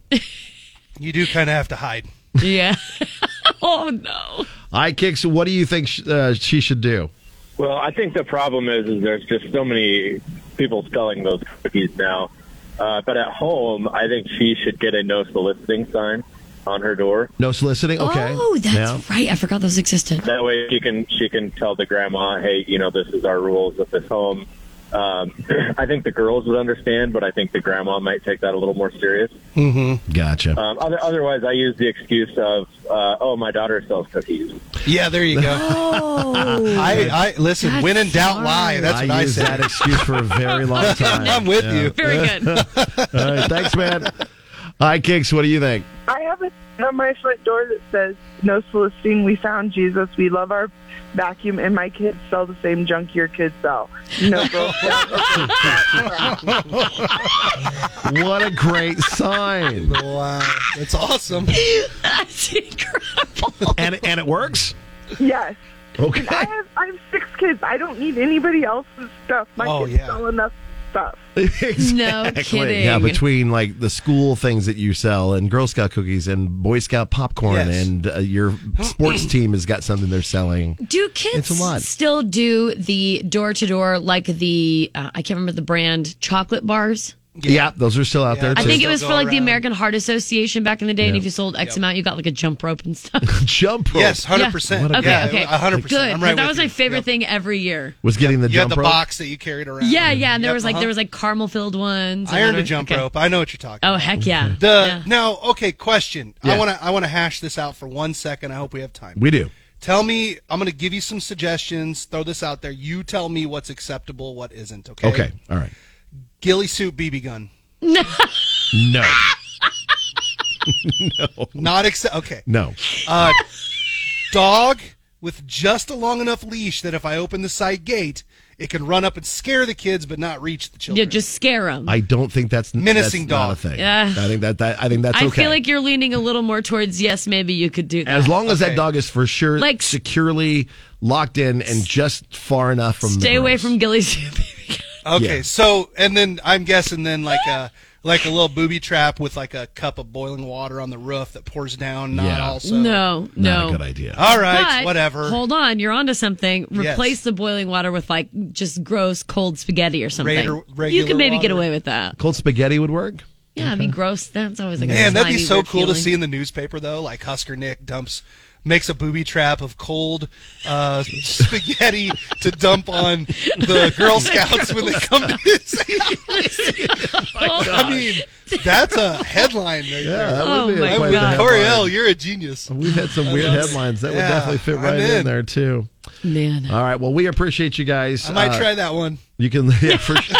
You do kind of have to hide. Yeah. oh, no. Eye kicks, what do you think sh- uh, she should do? Well, I think the problem is, is there's just so many people selling those cookies now. Uh, but at home, I think she should get a no soliciting sign on her door. No soliciting? Okay. Oh, that's Yeah. right. I forgot those existed. That way, she can she can tell the grandma, hey, you know, this is our rules at this home. Um, I think the girls would understand, but I think the grandma might take that a little more serious. Mm-hmm. Gotcha. Uh, Um, other, otherwise, I use the excuse of, uh, oh, my daughter sells cookies. Yeah, there you go. Oh. I, I listen. That's when in doubt, lie. That's what I used said. that excuse for a very long time. I'm with you. Very good. all right, thanks, man. Eye kicks, what do you think? I have a sign on my front door that says, "No soliciting. We found Jesus. We love our vacuum, and my kids sell the same junk your kids sell." No girl. What a great sign. Wow. That's awesome. That's incredible. And, and it works? yes. Okay. And I have I have six kids. I don't need anybody else's stuff. My Oh, kids yeah. sell enough stuff. No kidding. Yeah, between like the school things that you sell and Girl Scout cookies and Boy Scout popcorn Yes. and uh, your sports team has got something they're selling. Do kids It's a lot. still do the door to door like the uh, I can't remember the brand chocolate bars? Yeah, those are still out there. Too. I think it was for like the American Heart Association back in the day, and Yeah. if you sold X Yep. amount, you got like a jump rope and stuff. jump rope. Yes, hundred percent. Yeah. Okay, Yeah, okay, hundred Good. percent. I'm 'cause right. that with was you. my favorite thing every year. Was getting the You had jump the rope. box that you carried around. Yeah, yeah, and there Yep, was like uh-huh. there was like caramel filled ones. I and earned a whatever. jump Okay. rope. I know what you're talking. Oh heck yeah! The now, okay. Question. Yeah. I want to. I want to hash this out for one second. I hope we have time. We do. Tell me. I'm going to give you some suggestions. Throw this out there. You tell me what's acceptable, what isn't. Okay. Okay. All right. Ghillie suit BB gun. No. no. Not accept. Okay. No. Uh, dog with just a long enough leash that if I open the side gate, it can run up and scare the kids, but not reach the children. Yeah, just scare them. I don't think that's Menacing that's not dog. a thing. Yeah. I think that, that I think that's I okay. feel like you're leaning a little more towards yes, maybe you could do that. as long as that dog is for sure Like- securely locked in and just far enough from stay the away from Gilly Soup. Okay, Yeah. so and then I'm guessing then like a like a little booby trap with like a cup of boiling water on the roof that pours down. Not Yeah. also No, Not a no. good idea. All right, But, whatever. Hold on, you're onto something. Yes. Replace the boiling water with like just gross cold spaghetti or something. Regular- you regular could maybe get water. away with that. cold spaghetti would work. Yeah, I mean, gross. That's always like a Man, that'd be slimy, so weird cool to feeling. see in the newspaper though. Like Husker Nick dumps makes a booby trap of cold uh, spaghetti to dump on the Girl Scouts when they come to his. Oh I mean, that's a headline right there. that would Oh be a- my I quite a God. Coriel, headline. you're a genius. We've had some weird headlines that would Yeah, definitely fit I'm right in. in. there too. Man, All right. Well, we appreciate you guys. I might Uh, try that one. You can yeah, for sure.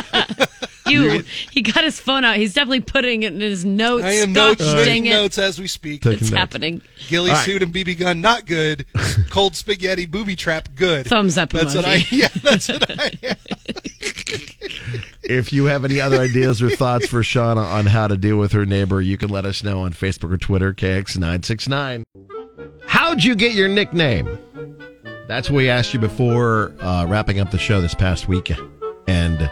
You, he got his phone out. He's definitely putting it in his notes. I am God notes, making dang it. notes as we speak. Taking It's notes. happening. Gilly All right. suit and BB gun, not good. Cold spaghetti, booby trap, good. Thumbs up That's what I. emoji. Yeah, that's what I. if you have any other ideas or thoughts for Shauna on how to deal with her neighbor, you can let us know on Facebook or Twitter, KX969. How'd you get your nickname? That's what we asked you before uh, wrapping up the show this past weekend and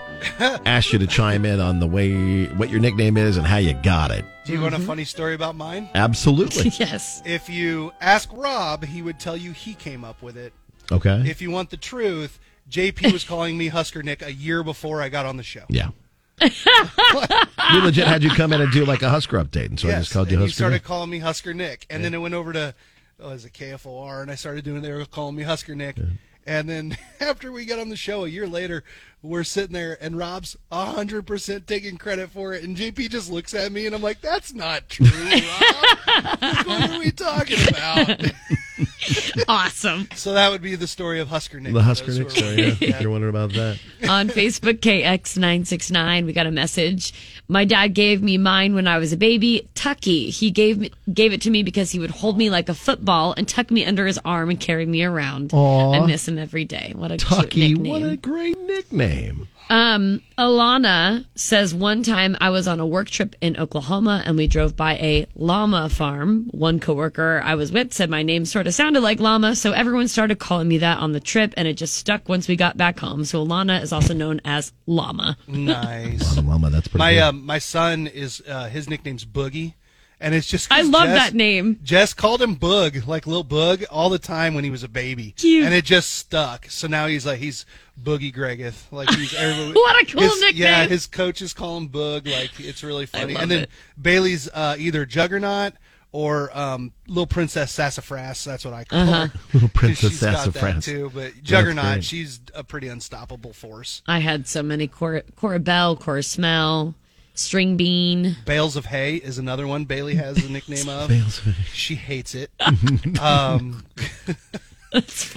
asked you to chime in on the way, what your nickname is and how you got it. Do you want a funny story about mine? Absolutely. yes. If you ask Rob, he would tell you he came up with it. Okay. If you want the truth, JP was calling me Husker Nick a year before I got on the show. Yeah. we legit had you come in and do like a Husker update, and so I Yes, just called you and Husker. started Nick. calling me Husker Nick, and then it went over to oh, it was a KFOR, and I started doing. They were calling me Husker Nick, and then after we got on the show a year later, we're sitting there, and Rob's hundred percent taking credit for it, and JP just looks at me, and I'm like, "That's not true, Rob. what are we talking about?" awesome. So that would be the story of Husker Nick. the for Husker those who Nick are- story. Yeah, if you're wondering about that. on Facebook, KX969, we got a message. My dad gave me mine when I was a baby, Tucky. He gave me, gave it to me because he would hold me like a football and tuck me under his arm and carry me around. Aw. I miss him every day. What a Tucky, cute nickname. what a great nickname. Um, Alana says one time I was on a work trip in Oklahoma and we drove by a llama farm. One coworker I was with said my name sort of sounded like llama, so everyone started calling me that on the trip and it just stuck once we got back home. So Alana is also known as llama. Nice. Llama, that's pretty my good. um, my son is uh, his nickname's Boogie, and it's just 'cause I love Jess- that name. Jess called him Boog, like little Boog, all the time when he was a baby, Cute. and it just stuck. So now he's like he's Boogie Gregeth, like he's everybody. What a cool his, Yeah, nickname. his coaches call him Boog. Like it's really funny. love and then it. Bailey's uh, either Juggernaut or um, Little Princess Sassafras. That's what I call Uh-huh. her. Little Princess She's got that Sassafras. too. But That's Juggernaut, great. she's a pretty unstoppable force. I had so many Cor- Corabelle, Corsmell, String Bean. Bales of Hay is another one Bailey has the nickname of. Bales of Hay. She hates it. um,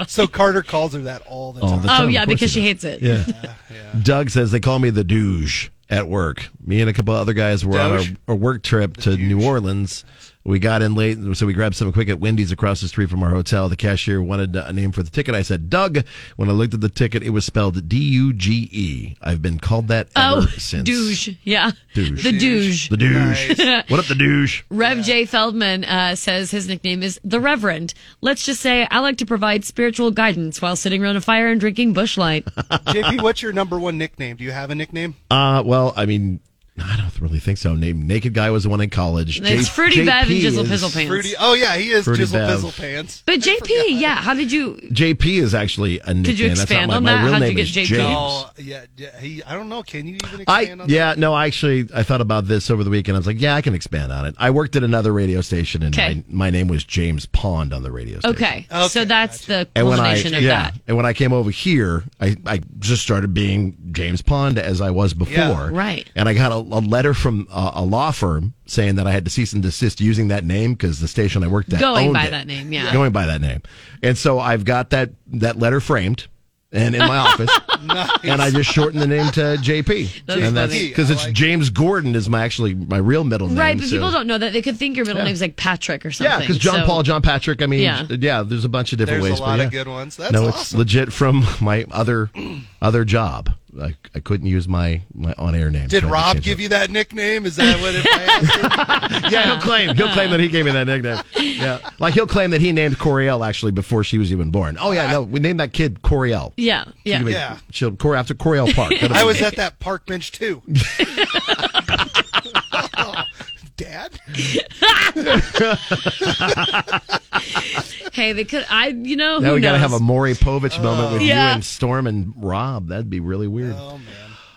so Carter calls her that all the time. All the Oh, time, yeah, of course because she does. hates it. Yeah. Doug says they call me the douche at work. Me and a couple other guys were Douche? on a, a work trip to New Orleans. We got in late, so we grabbed something quick at Wendy's across the street from our hotel. The cashier wanted a name for the ticket. I said Doug. When I looked at the ticket, it was spelled D U G E. I've been called that Oh, ever since. douche. Yeah. Douche. The douche. The douche. Nice. What up, the douche? Rev J. Feldman uh, says his nickname is the Reverend. Let's just say I like to provide spiritual guidance while sitting around a fire and drinking bushlight. JP, what's your number one nickname? Do you have a nickname? Uh, well, I mean, I don't really think so. Name Naked Guy was the one in college. It's J- Fruity JP Bev and Jizzle is- Pizzle Pants. Fruity. Oh yeah, he is Fruity Jizzle Bev. Pizzle Pants. But JP, yeah, how did you? JP is actually a nickname. Could you That's not expand my, on my that? real How'd you name get is JP? James. Oh yeah, yeah, he. I don't know. Can you even I expand on yeah no I actually I thought about this over the weekend I was like yeah I can expand on it I worked at another radio station and Okay. my, my name was James Pond on the radio station Okay, so that's the and when I culmination of yeah that. and when I came over here I I just started being James Pond as I was before right. and I got a, a letter from a, a law firm saying that I had to cease and desist using that name because the station I worked at Going owned by it. that name, yeah. going by that name and so I've got that that letter framed and in my office and I just shortened the name to JP. That's and funny. because I it's James Gordon is my actually my real middle name. Right, but people so- don't know that they could think your middle Yeah. name's like Patrick or something. Yeah, because John so- Paul, John Patrick. I mean, Yeah. yeah, there's a bunch of different There's a ways. but lot of yeah. good ones. That's no, it's awesome. legit from my other other job. I, I couldn't use my my on air name. Did so I had to Rob change give you that nickname? Is that what it it. Yeah, he'll claim he'll claim that he gave me that nickname. Yeah, like he'll claim that he named Coriel actually before she was even born. Oh yeah, no, we named that kid Coriel. Yeah, yeah, She- she'll- Cor- after Coriel Park. That'll I be- was at that park bench too. Dad? hey, they could. I, you know, Now who we got to knows? have a Maury Povich moment with Yeah. you and Storm and Rob. That'd be really weird. Oh, man.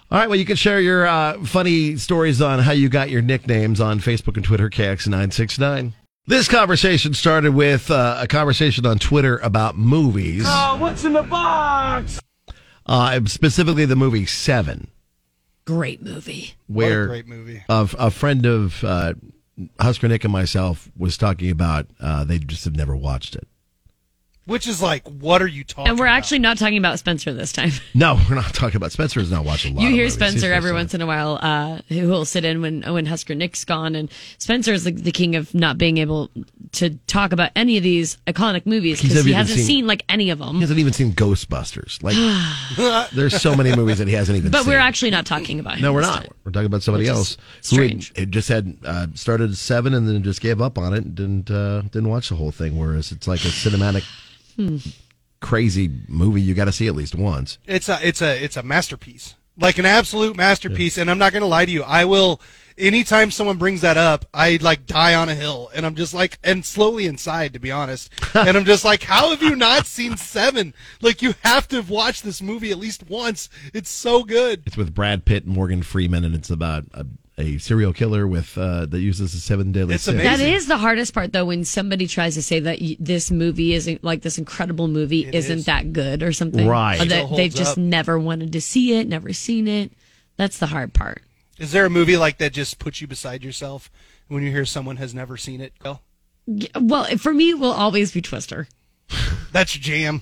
All right, well, you can share your uh, funny stories on how you got your nicknames on Facebook and Twitter, KX969. This conversation started with uh, a conversation on Twitter about movies, what's in the box? uh, specifically the movie Seven, great movie. where great movie. A, a friend of uh, Husker Nick and myself was talking about uh, they just have never watched it. Which is like, what are you talking? And we're actually not talking about Spencer this time. No, we're not talking about Spencer has not watched a lot. You hear of movies. He's Spencer just every once in a while, uh, who will sit in when when Husker Nick's gone, and Spencer is like the king of not being able to talk about any of these iconic movies He's because never he even hasn't seen, seen- like any of them. He hasn't even seen Ghostbusters. Like, there's so many movies that he hasn't even But seen. we're actually not talking about him. no, we're this not. time. We're talking about somebody Which is else who had, it just had uh, started at seven and then just gave up on it and didn't uh, didn't watch the whole thing. Whereas it's like a cinematic, Hmm. crazy movie you got to see at least once. It's a it's a it's a masterpiece. like an absolute masterpiece. And I'm not going to lie to you. I will. Anytime someone brings that up, I like die on a hill, and I'm just like, and slowly inside, to be honest. And I'm just like, how have you not seen Seven? Like, you have to have watched this movie at least once. It's so good. It's with Brad Pitt and Morgan Freeman, and it's about a, a serial killer with uh, that uses the seven deadly sins. That is the hardest part, though, when somebody tries to say that y- this movie isn't like this incredible movie is isn't that good or something. Right. Or Still that holds they've just up. never wanted to see it, never seen it. That's the hard part. Is there a movie like that just puts you beside yourself when you hear someone has never seen it? Go. Y- Well, for me, it will always be Twister. That's your jam.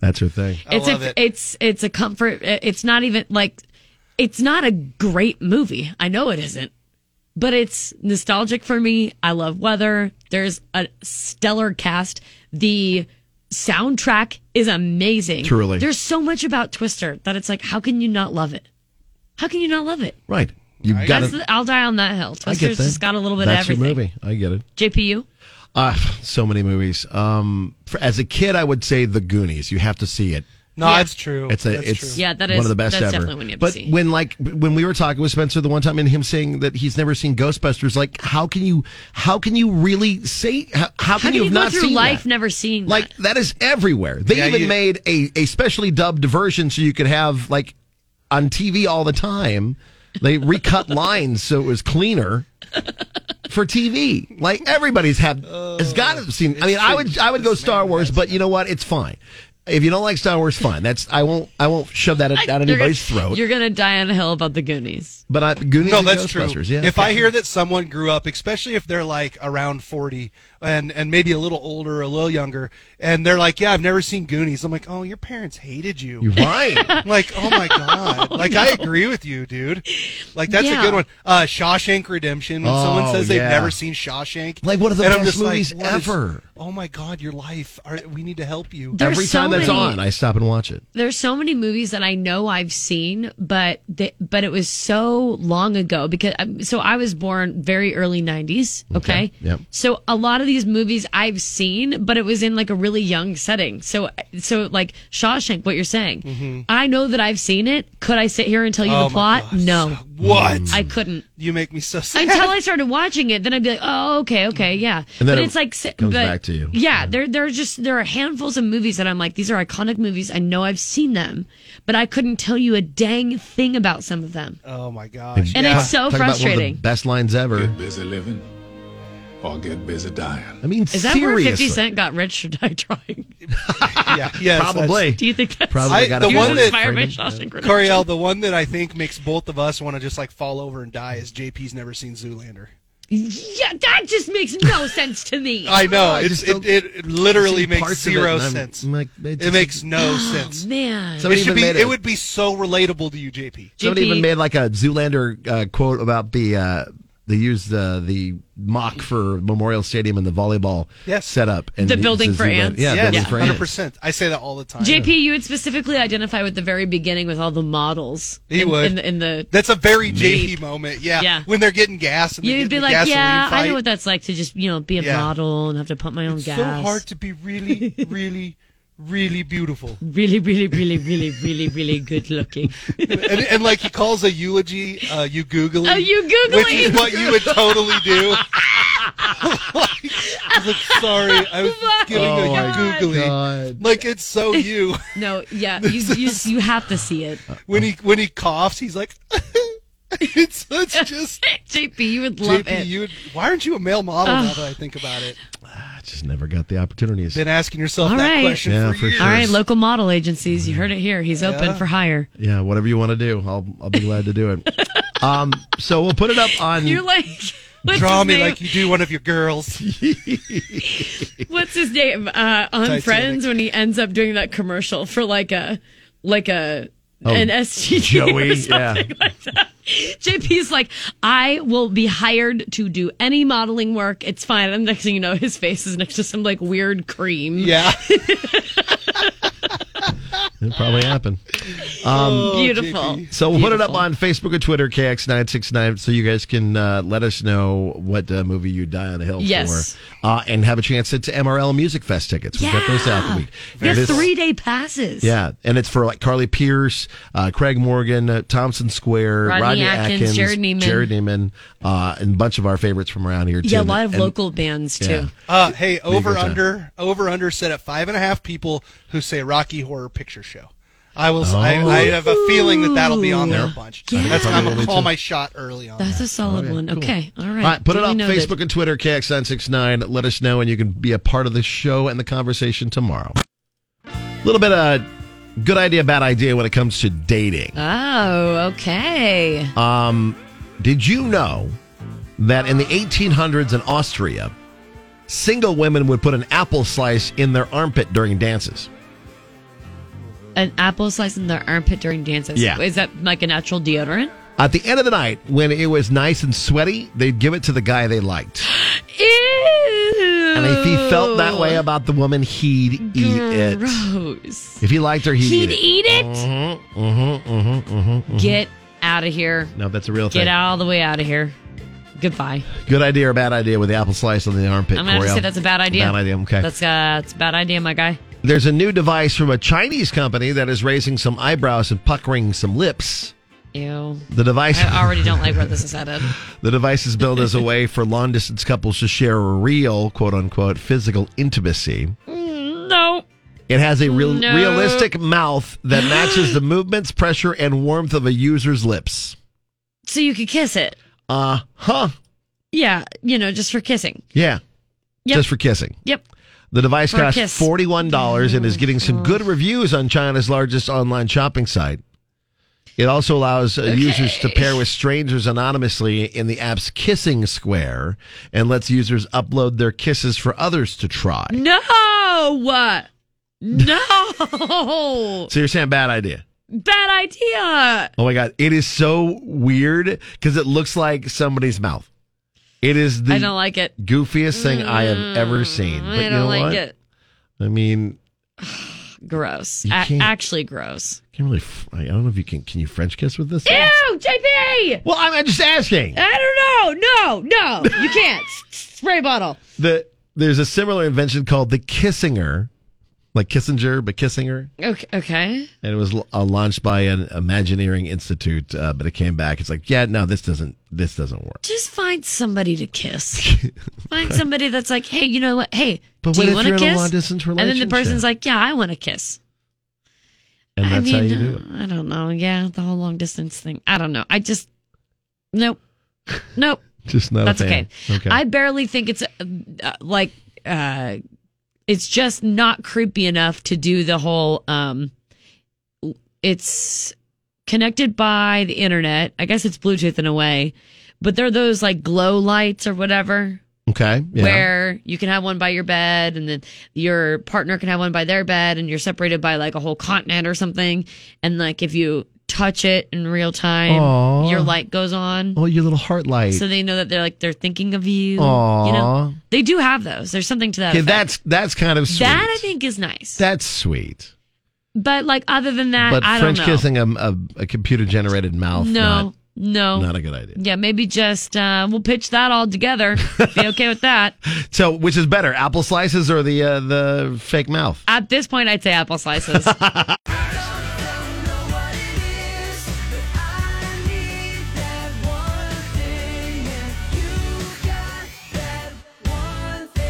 That's her thing. I it's love a, it. It's it's a comfort. It's not even like it's not a great movie. I know it isn't, but it's nostalgic for me. I love weather. There's a stellar cast. The soundtrack is amazing. Truly. there's so much about Twister that it's like, how can you not love it? How can you not love it? Right. You got That's it. the, I'll die on that hill. Uh, I get Twister's that. just got a little bit That's of everything. Your movie. I get it. JPU. Uh, so many movies. Um, for, as a kid, I would say The Goonies. You have to see it. No, Yeah. that's true. It's a, That's it's true. Yeah, that one is- of the best that's ever. definitely one you have to but see. when like when we were talking with Spencer the one time and him saying that he's never seen Ghostbusters, like how can you how can you really say how, how How can can you you have go not through seen life that? never seeing Like that is everywhere. They Yeah, even you- made a a specially dubbed version so you could have like on TV all the time. They recut lines so it was cleaner for TV. Like everybody's had Oh, has got to seen. I mean, I would I would go Star Wars, but you know what? It's fine. If you don't like Star Wars, fine. That's I won't I won't shove that down You're gonna- anybody's throat. You're gonna die on a hill about the Goonies. But I, Goonies No, and that's true. Ghostbusters, yeah. If I hear that someone grew up, especially if they're like around forty and and maybe a little older, a little younger, and they're like, "Yeah, I've never seen Goonies," I'm like, "Oh, your parents hated you." You're right. I'm like, oh my god. Oh, like I no. agree with you, dude. Like that's Yeah. a good one. Uh, Shawshank Redemption. When someone Oh, says yeah. they've never seen Shawshank, Like, one of the and I'm best just like, movies what is- ever. oh my god, your life. Are, we need to help you There's Every so time that's many- on, I stop and watch it. there's so many movies that I know I've seen, but the, but it was so long ago because um, so I was born very early '90s. Okay, Yep. so a lot of these movies I've seen, but it was in like a really young setting. So so like Shawshank, what you're saying, I know that I've seen it. Could I sit here and tell you Oh the my plot? No, What? I couldn't. You make me so sad. Until I started watching it, then I'd be like, "Oh, okay, okay, yeah." And then but it it's like si- comes but- back to you. Yeah, there, there are just there are handfuls of movies that I'm like, these are iconic movies. I know I've seen them, but I couldn't tell you a dang thing about some of them. Oh my gosh! And it's so Talk About one frustrating. of the best lines ever. busy living or get busy dying. I mean, Is that where seriously. 50 Cent got rich or die trying? yeah, yes, Probably. that's- Do you think that's Probably I- got the it one from that Inspired by Shawshank Redemption. Coriel, the one that I think makes both of us want to just like fall over and die is JP's never seen Zoolander. Yeah, that just makes no sense to me. I know I it's, just don't- it, it, literally I've seen makes parts of it zero and I'm- sense. I'm like, it it, just- makes no sense. Man, Somebody it should even be. made It. a- would be so relatable to you, JP. Somebody even made like a Zoolander uh, quote about the uh, they used the the mock for Memorial Stadium and the volleyball Yes. setup and The it's building a for Zoolander- ants. Yeah, Yes, building for hundred ants. percent. I say that all the time. JP, you would specifically identify with the very beginning with all the models. He in, would. in the, in the That's a very Jeep. JP moment. Yeah. Yeah. when they're getting gas and they You'd get be in the like, gasoline yeah, I fight. know what that's like to just you know be a Yeah. model and have to pump my own It's gas. so hard to be really, really, really beautiful. Really, really, really, really, really, really good looking. and, and like he calls a eulogy, uh, you googling. A you googling. which is what you would totally do. like, I was like, sorry, I was giving Oh a my googly. God. Like it's so you. No, yeah, you you, you have to see it. when he when he coughs, he's like, it's, it's just JP. You would love JP, it. You would, why aren't you a male model? now Ugh. that I think about it, I just never got the opportunities. been asking yourself All that right. question Yeah, for, for years. sure. All right, local model agencies. You heard it here. He's open Yeah. for hire. Mm. Yeah, whatever you want to do, I'll I'll be glad to do it. um, so we'll put it up on. You're like, what's Draw his me name? like you do one of your girls. what's his name uh, on Titanic. Friends when he ends up doing that commercial for like a like a Oh, an STD Joey, or yeah. something like that. JP's like, I will be hired to do any modeling work. It's fine. And next thing you know, his face is next to some like weird cream. Yeah. It probably happened. Oh, Beautiful. JP. So we'll put it up Beautiful. on Facebook or Twitter, KX969, so you guys can uh, let us know what uh, movie you die on a hill Yes. for. Uh, and have a chance at MRL Music Fest tickets. We've got those out the week. They're This- three day passes. Yeah, and it's for like Carly Pierce, uh, Craig Morgan, uh, Thompson Square, Rodney Rodney, Atkins, Atkins, Jared Neiman. Jared Neiman, uh, and a bunch of our favorites from around here. Yeah, a too. lot of And- local bands too. Yeah. Uh, hey, Be a good over time. under over under set at five and a half people who say Rocky Horror Picture Show. I will. I, Oh. I have a feeling that that'll be on there a Yeah. bunch. Yeah. That's, I'm Probably gonna call too. my shot early on. That's a solid one. Okay. All right. All right, put it Duly on noted. Facebook and Twitter, KX969. Let us know, and you can be a part of the show and the conversation tomorrow. A little bit of good idea, bad idea when it comes to dating. Oh, okay. Um, did you know that in the 1800s in Austria, single women would put an apple slice in their armpit during dances? An apple slice in their armpit during dances. Yeah. Is that like a natural deodorant? At the end of the night, when it was nice and sweaty, they'd give it to the guy they liked. Ew. And if he felt that way about the woman, he'd eat it. Gross. If he liked her, he'd, He'd eat it. eat it? Mm-hmm, mm-hmm, mm-hmm, mm-hmm. Get out of here. No, that's a real thing. Get all the way out of here. Goodbye. Good idea or bad idea with the apple slice on the armpit? I'm gonna have to Coriel? say that's a bad idea. Bad idea. Okay. That's uh, it's a bad idea, my guy. There's a new device from a Chinese company that is raising some eyebrows and puckering some lips. Ew. The device. I already don't like where this is headed. The device is built as a way for long distance couples to share a real, quote unquote, physical intimacy. No. It has a real, No. realistic mouth that matches the movements, pressure, and warmth of a user's lips. So you could kiss it. Uh huh. Yeah, you know, just for kissing. Yeah. Yep. Just for kissing. Yep. The device For a costs kiss. Oh, forty-one dollars and is getting some good reviews on China's largest online shopping site. It also allows uh, users to pair with strangers anonymously in the app's kissing square and lets users upload their kisses for others to try. No. No. So you're saying bad idea? bad idea. Oh my god, it is so weird because it looks like somebody's mouth. It is the I don't like it. goofiest thing I have ever seen. But I you don't know like what? it. I mean, Gross. You A- can't- actually gross. can't really. f- I don't know if you can. Can you French kiss with this? Ew, JP. Well, I'm just asking. I don't know. No, no, you can't. S- Spray bottle. The there's a similar invention called the Kissinger, like Kissinger, but Kissinger, Okay. okay. and it was l- uh, launched by an Imagineering Institute, uh, but it came back. It's like, yeah, no, this doesn't, this doesn't work. Just find somebody to kiss. find somebody that's like, hey, you know what? Hey, But do what you if want to you're in a kiss? long-distance And then the relationship? person's like, yeah, I want to kiss. And I that's mean, how you do it. I don't know. Yeah, the whole long distance thing. I don't know. I just nope, nope. Just not. a That's fan. okay. Okay. I barely think it's uh, uh, like uh, it's just not creepy enough to do the whole. Um, it's connected by the internet. I guess it's Bluetooth in a way, but there are those like glow lights or whatever okay. Yeah. where you can have one by your bed and then your partner can have one by their bed and you're separated by like a whole continent or something and like if you touch it in real time Aw. your light goes on oh, your little heart light. so they know that they're like they're thinking of you you Aw. know they do have those there's something to that okay, effect. that's that's kind of sweet. that i think is nice that's sweet. but like other than that But i French don't know kissing a, a, a computer generated mouth. no no not, not a good idea. yeah maybe just uh we'll pitch that all together be okay with that So, which is better, apple slices or the uh, the fake mouth? at this point i'd say apple slices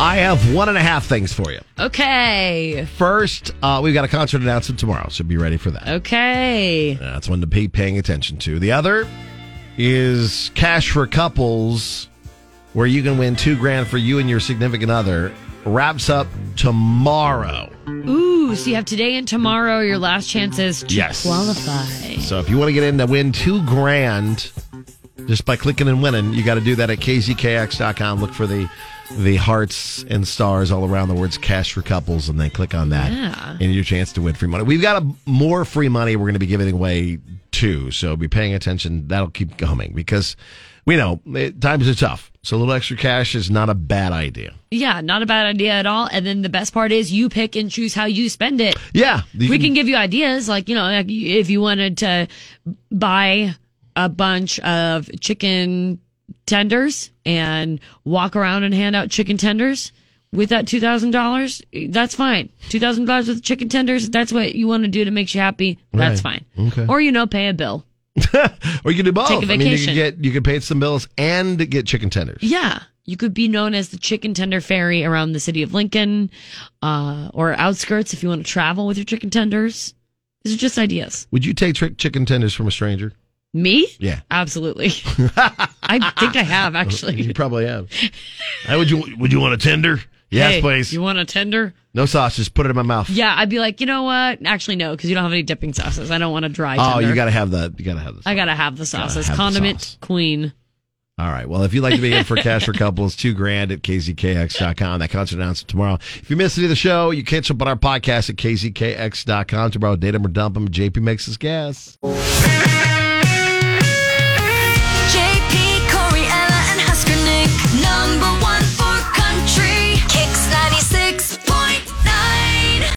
I have one and a half things for you. okay First, uh, we've got a concert announcement tomorrow, so be ready for that. Okay. That's one to be paying attention to. The other is Cash for Couples, where you can win two grand for you and your significant other. Wraps up tomorrow. Ooh, so you have today and tomorrow your last chances to Yes. qualify. So if you want to get in to win two grand just by clicking and winning, you got to do that at kzkx.com. Look for the the hearts and stars all around the words cash for couples and then click on that Yeah. and your chance to win free money. We've got a, more free money we're going to be giving away too. So be paying attention. That'll keep coming because we know it, times are tough. So a little extra cash is not a bad idea. Yeah, not a bad idea at all. And then the best part is you pick and choose how you spend it. Yeah, we can, give you ideas, like you know, like if you wanted to buy a bunch of chicken tenders and walk around and hand out chicken tenders with that two thousand dollars. That's fine. Two thousand dollars with chicken tenders. That's what you want to do to make you happy. That's Right. fine. Okay. Or you know, pay a bill. or you can do both. Take a I mean, you vacation. can get you can pay some bills and get chicken tenders. Yeah. You could be known as the chicken tender fairy around the city of Lincoln uh, or outskirts if you want to travel with your chicken tenders. These are just ideas. Would you take trick chicken tenders from a stranger? Me? Yeah. Absolutely. I think I have, actually. you probably have. Hey, would you would you want a tender? Yes, Hey, please. You want a tender? No sauce. Just put it in my mouth. Yeah, I'd be like, you know what? Actually, no, because you don't have any dipping sauces. I don't want a dry Oh, tender. you gotta have the you gotta have the I gotta have the sauces. have the Condiment queen. All right. Well, if you'd like to be in for cash for couples, two grand at kzkx.com. That concert announcement tomorrow. If you missed any of the show, you catch up on our podcast at kzkx.com. Tomorrow, date 'em or dump 'em. JP makes his guess.